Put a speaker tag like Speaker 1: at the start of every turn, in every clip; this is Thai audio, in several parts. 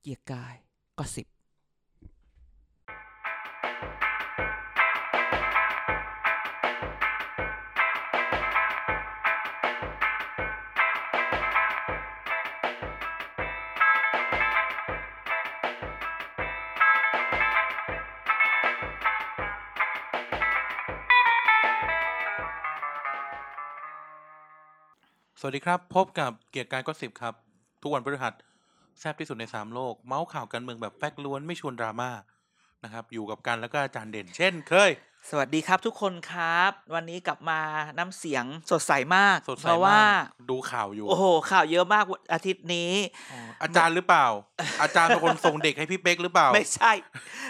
Speaker 1: เกียร์กายก็สิบ
Speaker 2: สวัสดีครับ พบกับเกียรติกายก็สิบครับ ทุกวันพฤหัสแซบที่สุดในสามโลก เมาส์ข่าวการเมืองแบบแฟกต์ล้วนไม่ชวนดราม่านะครับ อยู่กับกันแล้วก็อาจารย์เด่น เช่น เคย
Speaker 1: สวัสดีครับทุกคนครับ วันนี้กลับมาน้ำเสียงสดใสมาก
Speaker 2: สดใส
Speaker 1: เพราะ
Speaker 2: มา
Speaker 1: ว่า
Speaker 2: กดูข่าวอยู่
Speaker 1: โอ้โห ข่าวเยอะมากอาทิตย์นี้
Speaker 2: อ๋ออาจารย์หรือเปล่า อาจารย์เป็นคนส่งเด็กให้พี่เป๊กหรือเปล่า
Speaker 1: ไม่ใช่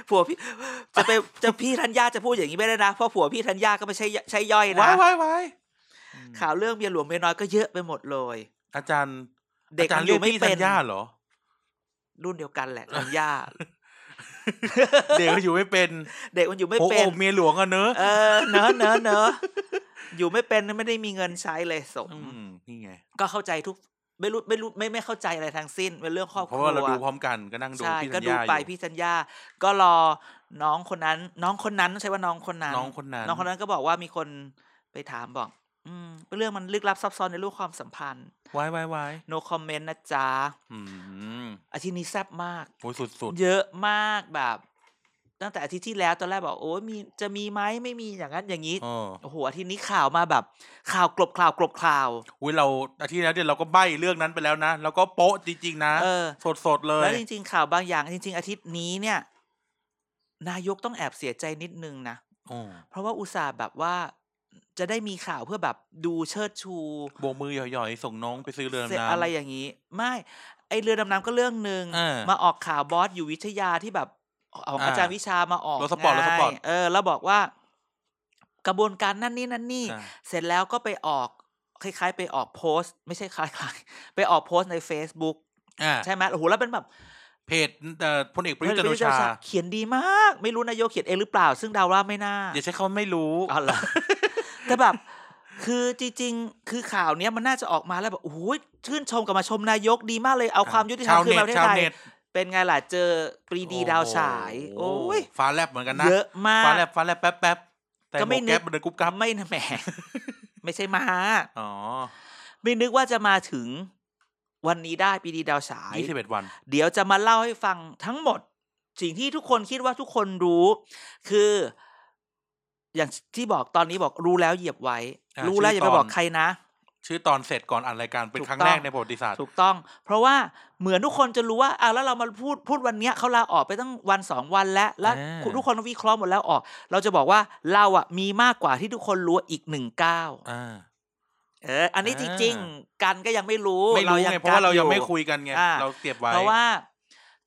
Speaker 1: ผัวพี่จะไปจะพี่ธัญญาจะพูดอย่างนี้ไม่ได้นะ เพราะผัวพี่ธัญญาก็ไม่ใช่ใช่ย่อยนะ
Speaker 2: ว้ายว้ายว้าย
Speaker 1: ข่าวเรื่องเมียหลวงเมียน้อยก็เยอะไปหมดเลย
Speaker 2: อาจารย์
Speaker 1: เด็ก
Speaker 2: อาจาร
Speaker 1: มันอ
Speaker 2: ย์เรีย
Speaker 1: ยู่
Speaker 2: ก
Speaker 1: ไม่
Speaker 2: พี่
Speaker 1: เป็
Speaker 2: ธั
Speaker 1: น
Speaker 2: ญญาเหรอ
Speaker 1: รุ่นเดียวกันแหละธัญ ญา
Speaker 2: เด็กก็อยู่ไม่เป็น
Speaker 1: เด็กมันอยู่ไม่
Speaker 2: โอ้
Speaker 1: เป็
Speaker 2: โห
Speaker 1: น
Speaker 2: เมียหลวงอะเนอะ
Speaker 1: เออเนอะเนอะเนอะอยู่ไม่เป็นไม่ได้มีเงินใช้เลยสม
Speaker 2: มนี่ไง
Speaker 1: ก็เข้าใจทุกไม่รู้ไม่รู้ไม่ไม่เข้าใจอะไรทั้งสิ้นเป็นเรื่องครอบค
Speaker 2: เพ
Speaker 1: รัว
Speaker 2: ราะว่าเราดูพร้อมกันก็นั่งดู
Speaker 1: ใช่
Speaker 2: พี่
Speaker 1: ก็
Speaker 2: ธัญ
Speaker 1: ดู
Speaker 2: ญา
Speaker 1: ไป
Speaker 2: อยู่
Speaker 1: พี่สัญญา ก็รอน้องคนนั้น น้องคนนั้นใช่ว่าน้องคนนั้น
Speaker 2: น้องคนนั้น
Speaker 1: น้องคนนั้นก็บอกว่ามีคนไปถามบอก อืมเรื่องมันลึกลับซับซ้อนในรูปความสัมพันธ์
Speaker 2: ว้ายว้ายว้าย
Speaker 1: no comment นะจ๊ะ
Speaker 2: อืม
Speaker 1: อาทิตย์นี้แซบมาก
Speaker 2: โอ้ยสุด
Speaker 1: เยอะมากแบบ ตั้งแต่อาทิตย์ที่แล้วตอนแรกบอกโอ้ยมีจะมีไหมไม่มีอย่างนั้นอย่างนี้
Speaker 2: ๆเออ
Speaker 1: โอ้โหอาทิตย์นี้ข่าวมาแบบ ข่าวกลบข่าวกลบข่าว
Speaker 2: อุ้ยเราอาทิตย์แล้วเดี๋ยวเราก็ใบ้เรื่องนั้นไปแล้วนะ แล้วก็โป๊ะจริงๆนะ
Speaker 1: เออ
Speaker 2: สดๆ เลย
Speaker 1: แล้วจริง ๆ ข่าวบางอย่าง จริง ๆ อาทิตย์นี้เนี่ย นายกต้องแอบเสียใจนิดนึงนะ
Speaker 2: โอ้
Speaker 1: เพราะว่าอุตส่าห์แบบว่า จะได้มีข่าวเพื่อแบบดูเชิดชู
Speaker 2: โบกมือหย่อยๆ ส่งน้องไปซื้อเรือ
Speaker 1: เสร็จ
Speaker 2: ดำน้ำ
Speaker 1: อะไรอย่างนี้ ไม่ไอเรือดำน้ำก็เรื่องหนึ่ง
Speaker 2: อ่า
Speaker 1: มาออกข่าวบอสอยู่วิทยาที่แบบของ
Speaker 2: อ่า
Speaker 1: อาจารย์วิชามาออก
Speaker 2: รถสปอร์ตรถสปอร์ต
Speaker 1: ไงเออ แล้วบอกว่า กระบวนการนั่นนี่นั่นนี่
Speaker 2: อ่ะ
Speaker 1: เสร็จแล้วก็ไปออกคล้าย ๆ ไปออกโพสต์ ไม่ใช่คล้ายๆไปออกโพสต์ใน Facebook
Speaker 2: อ่ะ
Speaker 1: ใช่ไหมโอ้โหแล้วเป็นแบบ
Speaker 2: เพจเอ่อพลเอกประยุทธ์จันทร์โอ
Speaker 1: เฮ้ย
Speaker 2: ชา
Speaker 1: เขียนดีมาก ไม่รู้นายกเขียนเองหรือเปล่า ซึ่งเดาว่าไม่น่า
Speaker 2: อย่าใช้คำว่าไม่รู้
Speaker 1: อ๋อเหรอ แต่แบบ คือจริงๆ คือข่าวเนี้ยมันน่าจะออกมาแล้วแบบโอ้โหชื่นชมกับมาชมนายกดีมากเลยเอาความยุติธรรมคืนมาประเทศไทย
Speaker 2: ชาวเน็ต
Speaker 1: เป็นไงล่ะเจอปรีดีดาวฉาย โอ้ย
Speaker 2: ฟ้าแลบเหมือนกันนะ
Speaker 1: เยอะมา
Speaker 2: ฟ้าก แลบฟ้าแลบแป๊บแป๊บๆแต่
Speaker 1: ก็
Speaker 2: หม
Speaker 1: ไม่
Speaker 2: วก
Speaker 1: นึก
Speaker 2: แก๊ปมันเดินกุ๊บกั๊บ
Speaker 1: ไม่นะแหม ไม่ใช่มา
Speaker 2: อ๋อ
Speaker 1: ไม่นึกว่าจะมาถึงวันนี้ได้ปรีดีดาวฉาย
Speaker 2: ยี่สิบเอ็ดวัน
Speaker 1: เดี๋ยวจะมาเล่าให้ฟังทั้งหมด สิ่งที่ทุกคนคิดว่าทุกคนรู้ คือ อย่างที่บอกตอนนี้บอกรู้แล้วเหยียบไว้
Speaker 2: อ่า
Speaker 1: รู้แล้ว
Speaker 2: ชื่
Speaker 1: อย่า
Speaker 2: อ
Speaker 1: ไป
Speaker 2: ตอน
Speaker 1: บอกใครนะ
Speaker 2: ชื่อตอนเสร็จก่อนอ่านรายการเป็น
Speaker 1: ถูก
Speaker 2: ครั้ง
Speaker 1: ต้อง
Speaker 2: แรกในประวัติศาสตร์
Speaker 1: ถูกต้อง เพราะว่าเหมือนทุกคนจะรู้ว่าเอาวแล้วเรามาพูดพูดวันเนี้ยเขาลาออกไปตั้งวันสองวันแล้ว แล้ว
Speaker 2: อ่า
Speaker 1: คุณทุกคนวิเคราะห์หมดแล้วออก เราจะบอกว่าเราอะมีมากกว่าที่ทุกคนรู้อีกหนึ่งเก้าว
Speaker 2: อ่า
Speaker 1: เออ อันนี้จ
Speaker 2: อ่า
Speaker 1: ริงๆกันก็ยังไม่รู้
Speaker 2: ไม่รู้
Speaker 1: ยัง
Speaker 2: ไงเพราะว่าเรายั
Speaker 1: กั
Speaker 2: ง
Speaker 1: นอ
Speaker 2: ไม่คุยกันไง
Speaker 1: อ่า
Speaker 2: เราเก็บไว้
Speaker 1: เพราะว่า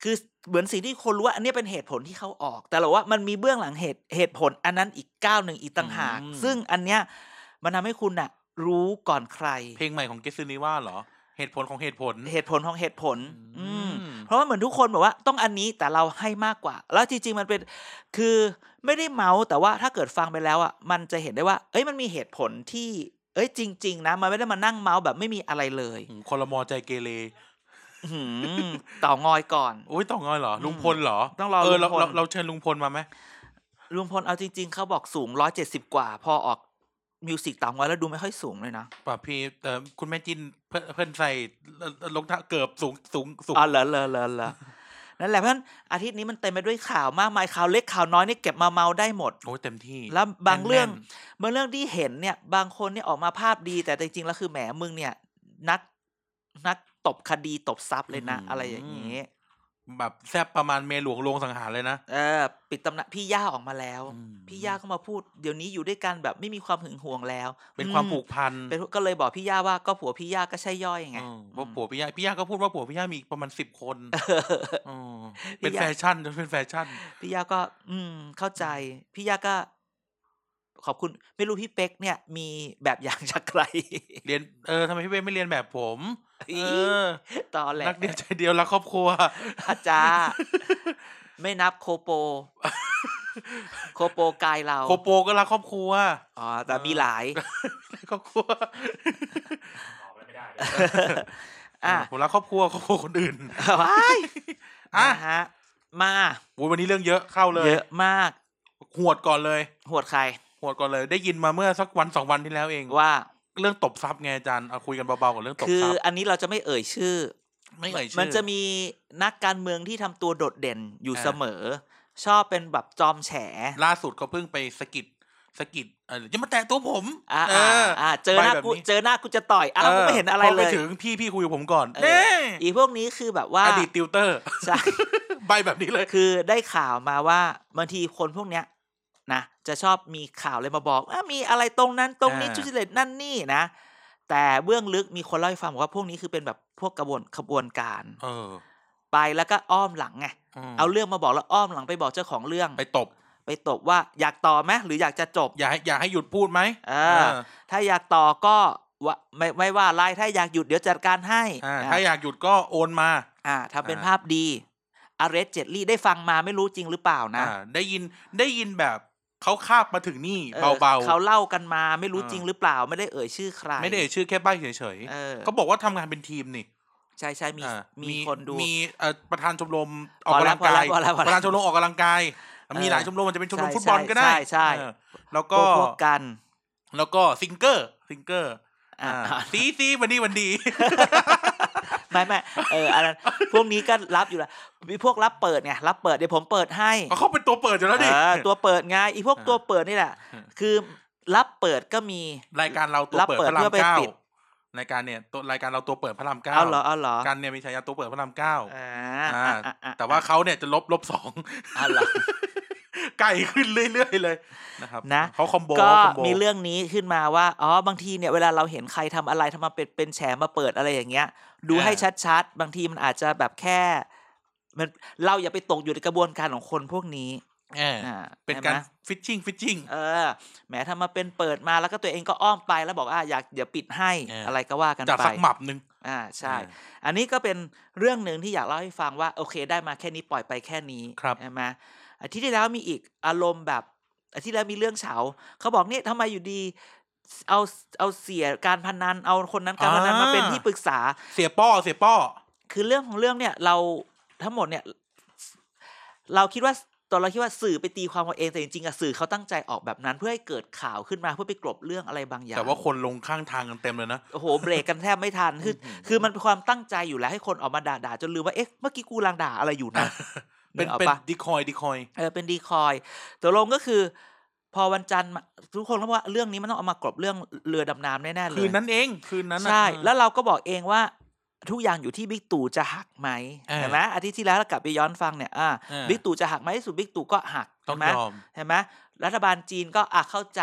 Speaker 1: คือเหมือนสิ่งที่คนรู้ว่า อันนี้เป็นเหตุผลที่เขาออก แต่เราว่ามันมีเบื้องหลังเหตุเหตุผล อันนั้นอีกก้าวหนึ่งอีกต่างหาก ซึ่งอันเนี้ยมันทำให้คุณน่ะ รู้ก่อนใคร
Speaker 2: เพลงใหม่ของเกสซินีว่าเหรอเหตุผลของเหตุผล
Speaker 1: เหตุผลของเหตุผล อืม
Speaker 2: อืม
Speaker 1: เพราะว่าเหมือนทุกคนบอกว่าต้องอันนี้แต่เราให้มากกว่า แล้วจริงๆมันเป็นคือไม่ได้เมาส์แต่ว่าถ้าเกิดฟังไปแล้วอ่ะมันจะเห็นได้ว่า เอ้ยมันมีเหตุผลที่ เอ้ยจริง ๆ นะมันไม่ได้มานั่งเมาส์แบบไม่มีอะไรเลย
Speaker 2: อืมคอรมอใจเกเร
Speaker 1: อื้อหือต่องอยก่อน
Speaker 2: อุ้ยต่องอยเหรอ ลุงพลเหรอ
Speaker 1: ต้องรอ
Speaker 2: เออเรา
Speaker 1: ลุงพล
Speaker 2: เราเราเชิญลุงพลมาไหม
Speaker 1: ลุงพลเอาจริงๆ เขาบอกสูงร้อยเจ็ดสิบกว่า พอออกมิวสิกต่างวัยแล้วดูไม่ค่อยสูงเลยนะ
Speaker 2: ป่ะพี่เอ่อคุณแม่จินเพื่อนเพื่อนใส่เอ่อรองเท้าเกือบสูงสูงสูง
Speaker 1: อ๋อเหรอเหรอเหรอเหรอ นั่นแหละเพราะฉะนั้นอาทิตย์นี้มันเต็มไปด้วยข่าวมากมายข่าวเล็กข่าวน้อยนี่เก็บมาเมาได้หมด
Speaker 2: โอ้ยเต็มที่
Speaker 1: แล้วบาง
Speaker 2: น่นๆ
Speaker 1: เรื่อง บางเรื่องที่เห็นเนี่ย บางคนเนี่ยออกมาภาพดี แต่จริงๆแล้วคือแหมมึงเนี่ย นักนักตบคดีตบทรัพย์เลยนะ อะไรอย่างนี้
Speaker 2: แบบแซบประมาณเมหลวงลวงสังหารเลยนะ
Speaker 1: เออปิดตำหนักพี่ย่าออกมาแล้ว
Speaker 2: อืม
Speaker 1: พี่ย่าก็มาพูดเดี๋ยวนี้อยู่ด้วยกันแบบไม่มีความหึงหวงแล้ว
Speaker 2: เป็นความ
Speaker 1: อื
Speaker 2: ผูกพัน
Speaker 1: เป็นก็เลยบอกพี่ย่าว่าก็ผัวพี่ย่าก็ใช่ย่อยไง
Speaker 2: เออว่า
Speaker 1: อืม
Speaker 2: ผัวพี่ย่าพี่ย่าก็พูดว่าผัวพี่ย่ามีอีกประมาณสิบคนเออ
Speaker 1: พี่
Speaker 2: เป็น
Speaker 1: ย่า
Speaker 2: แฟชั่นจนเป็นแฟชั่น
Speaker 1: พี่ย่าก็ อืม เข้าใจ พี่ย่าก็ ขอบคุณ ไม่รู้พี่เป๊กเนี่ย มีแบบอย่างจากใคร
Speaker 2: เรียนเออทำไมพี่เบ้ไม่เรียนแบบผมเออ
Speaker 1: ตอนแหละ
Speaker 2: รักเดียวใจเดียวรักครอบครัว
Speaker 1: อาจารย์ไม่นับโคโป โคโปกายเรา
Speaker 2: โคโปก็รักครอบครัว
Speaker 1: อ๋อ แต่มีหลาย
Speaker 2: ครอบครัว
Speaker 1: อ่ะ
Speaker 2: ผมรักครอบครัวครอบครัวคนอื่น
Speaker 1: ว้าย
Speaker 2: อ่ะ
Speaker 1: นะฮะมา
Speaker 2: โอ้ยวันนี้เรื่องเยอะเข้าเลย
Speaker 1: เยอะมาก
Speaker 2: หวดก่อนเลย
Speaker 1: หวดใคร
Speaker 2: หวดก่อนเลย ได้ยินมาเมื่อสักวันสองวันที่แล้วเอง
Speaker 1: ว่า
Speaker 2: เรื่องตบซับไงอาจารย์เอาคุยกันเบาๆกับเรื่องตบ
Speaker 1: คือ
Speaker 2: ซับ
Speaker 1: อันนี้เราจะไม่เอ่ยชื่อ
Speaker 2: ไม่เอ่ยชื่อ
Speaker 1: มันจะมีนักการเมืองที่ทำตัวโดดเด่นอยู่
Speaker 2: อ่า
Speaker 1: เสมอ ชอบเป็นแบบจอมแฉ
Speaker 2: ล่าสุดเขาเพิ่งไปสะกิดสะกิดเอออย่ามาแตะตัวผม
Speaker 1: อ่า
Speaker 2: เอ
Speaker 1: อ่า
Speaker 2: อ
Speaker 1: อ่าเจอหน้า
Speaker 2: ไปแบบ
Speaker 1: กู
Speaker 2: นี้
Speaker 1: เจอหน้ากูจะต่อยอ้าวกูไม่เห็นอะไร
Speaker 2: พ
Speaker 1: เล
Speaker 2: ไป
Speaker 1: ย
Speaker 2: ถึงพี่พี่คุยกับผมก่อน
Speaker 1: เออ
Speaker 2: เน่
Speaker 1: อีพวกนี้คือแบบว่า
Speaker 2: อดีตติวเตอร์
Speaker 1: ใช่
Speaker 2: ใบแบบนี้เลย
Speaker 1: คือได้ข่าวมาว่าบางทีคนพวกเนี้ยนะจะชอบมีข่าวเลยมาบอกว่ามีอะไรตรงนั้นตรงนี้
Speaker 2: อ่า
Speaker 1: จุจิเลตนั่นนี่นะ แต่เบื้องลึกมีคนเล่าให้ฟังบอกว่าพวกนี้คือเป็นแบบพวกกระบวนขบวนการ
Speaker 2: เออ
Speaker 1: ไปแล้วก็อ้อมหลังไง
Speaker 2: ม
Speaker 1: เอาเรื่องมาบอกแล้วอ้อมหลังไปบอกเจ้าของเรื่อง
Speaker 2: ไปตบ
Speaker 1: ไปตบว่าอยากต่อไหมหรืออยากจะจบ
Speaker 2: อย่าให้อย่าให้หยุดพูดไหม
Speaker 1: เออ ถ้าอยากต่อก็ว่าไม่ไม่ว่าอะไรถ้าอยากหยุดเดี๋ยวจัดการให้
Speaker 2: อ่า
Speaker 1: นะ
Speaker 2: ถ้าอยากหยุดก็โอนมา
Speaker 1: อ่าทำเป็น
Speaker 2: อ่า
Speaker 1: ภาพดีอารเรสเจตลี่ได้ฟังมาไม่รู้จริงหรือเปล่านะ
Speaker 2: อ่าได้ยินได้ยินแบบเขาคาบมาถึงนี่
Speaker 1: ออ
Speaker 2: เบา
Speaker 1: เขาเล่ากันมาไม่รู้
Speaker 2: อ่า
Speaker 1: จริงหรือเปล่า ไม่ได้เอ่ยชื่อใคร
Speaker 2: ๆ ไม่ได้เอ่ยชื่อแค่ใบเฉย
Speaker 1: เออ
Speaker 2: ๆเขาบอกว่าทำงานเป็นทีมนี่
Speaker 1: ใช่ใช่มี
Speaker 2: อ่า
Speaker 1: มีคนดู
Speaker 2: มีเอ่อประธานชมรมออก
Speaker 1: พอละ
Speaker 2: กำลังกาย
Speaker 1: พอละพอละพอละ
Speaker 2: ประธานชมรมออกกำลังกาย
Speaker 1: เออ
Speaker 2: มีหลายชมรมมันจะเป็นชมรม
Speaker 1: ใช่
Speaker 2: ฟุตบอลก็ได้
Speaker 1: ใช่ใช่
Speaker 2: เออแล้ว
Speaker 1: พ
Speaker 2: ก็
Speaker 1: วพวกกัน
Speaker 2: แล้วก็ซิงเกอร์ซิงเกอร์
Speaker 1: อ่า
Speaker 2: อ่าซีซีวันนี้วันดี
Speaker 1: ไม่ไม่เอออันนั้นพวกนี้ก็รับอยู่แล้วมีพวกรับเปิดไงรับเปิดเดี๋ยวผมเปิดให้
Speaker 2: เอาเขาเป็นตัวเปิดอยู่แล้วดิ
Speaker 1: เออตัวเปิดไงอีพวก
Speaker 2: อ่า
Speaker 1: ตัวเปิดนี่แหละ
Speaker 2: อืม
Speaker 1: คือรับเปิดก็มี
Speaker 2: รายการเราตัว
Speaker 1: รับ
Speaker 2: เปิด
Speaker 1: เปิด
Speaker 2: พระรา
Speaker 1: เพื่อไป
Speaker 2: มเก้า
Speaker 1: ติด
Speaker 2: รายการเนี่ยตัวรายการเราตัวเปิดพระรามเก้า
Speaker 1: เอาเหรอเอาเหรอ
Speaker 2: กันเนี่ยมีฉายาตัวเปิดพระรามเก้า
Speaker 1: อ่า
Speaker 2: อ่า
Speaker 1: อ่าอ่า
Speaker 2: แต่ว่าเขาเนี่ยจะลบลบสอง
Speaker 1: เอา เหรอ
Speaker 2: ไกลขึ้นเรื่อยๆเลยนะครับ
Speaker 1: นะ
Speaker 2: เขาคอมโบ
Speaker 1: ก็
Speaker 2: เขาคอมโบ
Speaker 1: มีเรื่องนี้ขึ้นมาว่าอ๋อบางทีเนี่ยเวลาเราเห็นใครทำอะไรทำมาเป็นเป็นแฉมาเปิดอะไรอย่างเงี้ย ดูให้ชัดๆ บางทีมันอาจจะแบบแค่ มันเราอย่าไปตกอยู่ในกระบวนการของคนพวกนี้
Speaker 2: เออ
Speaker 1: อ่า
Speaker 2: เป็น
Speaker 1: ใช่ไหม
Speaker 2: การฟิชชิ่งฟิชชิ่ง
Speaker 1: เออแหมทำมาเป็นเปิดมาแล้วก็ตัวเองก็อ้อมไปแล้วบอกอ่าอยากอย่าปิดให้
Speaker 2: เอออ
Speaker 1: อะไรก็ว่ากัน
Speaker 2: จัด
Speaker 1: ไป
Speaker 2: สักหมับหนึ่ง
Speaker 1: อ่าใช่
Speaker 2: เออ
Speaker 1: อันนี้ก็เป็นเรื่องหนึ่งที่อยากเล่าให้ฟังว่า โอเคได้มาแค่นี้ปล่อยไปแค่นี้
Speaker 2: ครับ
Speaker 1: ใช่ไหมอาทิตย์ที่แล้วมีอีกอารมณ์แบบอาทิตย์แล้วมีเรื่องเฉาเขาบอกเนี่ยทำไมอยู่ดี เอาเอาเสียการพนันเอาคนนั้นการพนันมาเป็นที่ปรึกษา
Speaker 2: เสียป้อเสียป้อ
Speaker 1: คือเรื่องของเรื่องเนี่ยเราทั้งหมดเนี่ย เราคิดว่าตอนเราคิดว่าสื่อไปตีความเอาเองแต่จริงๆอะสื่อเขาตั้งใจออกแบบนั้น เพื่อให้เกิดข่าวขึ้นมาเพื่อไปกลบเรื่องอะไรบางอย่าง
Speaker 2: แต่ว่าคนลงข้างทางกันเต็มเลยนะ
Speaker 1: โอ้โหเบรกกันแทบไม่ทันคือ
Speaker 2: อื้อหือ
Speaker 1: คือมันเป็นความตั้งใจอยู่แล้วให้คนออกมาด่าด่าจนลืมว่าเอ๊ะเมื่อกี้กูลังด่าอะไรอยู่นะ
Speaker 2: เป็น
Speaker 1: ออก
Speaker 2: เป็น
Speaker 1: ปะ
Speaker 2: ดีคอยดีคอย
Speaker 1: เออเป็นดีคอยตกลงก็คือ พอวันจันทร์มาทุกคนก็บอกว่าเรื่องนี้มันต้องเอามากรบเรื่องเรือดำน้ำแน่ๆเลย
Speaker 2: คืนนั้นเองคืนนั้นน่ะ
Speaker 1: ใช่
Speaker 2: เออ
Speaker 1: แล้วเราก็บอกเองว่าทุกอย่างอยู่ที่บิ๊กตู่จะหักไหม
Speaker 2: เออ
Speaker 1: เห็นไหมอาทิตย์ที่แล้วเรากลับไปย้อนฟังเนี่ยอ่า
Speaker 2: เออ
Speaker 1: บิ๊กตู่จะหักไหมที่สุดบิ๊กตู่ก็หัก
Speaker 2: ต้อง
Speaker 1: เห็นไหม
Speaker 2: ยอม
Speaker 1: เห็นไหมรัฐบาลจีนก็อ่ะเข้าใจ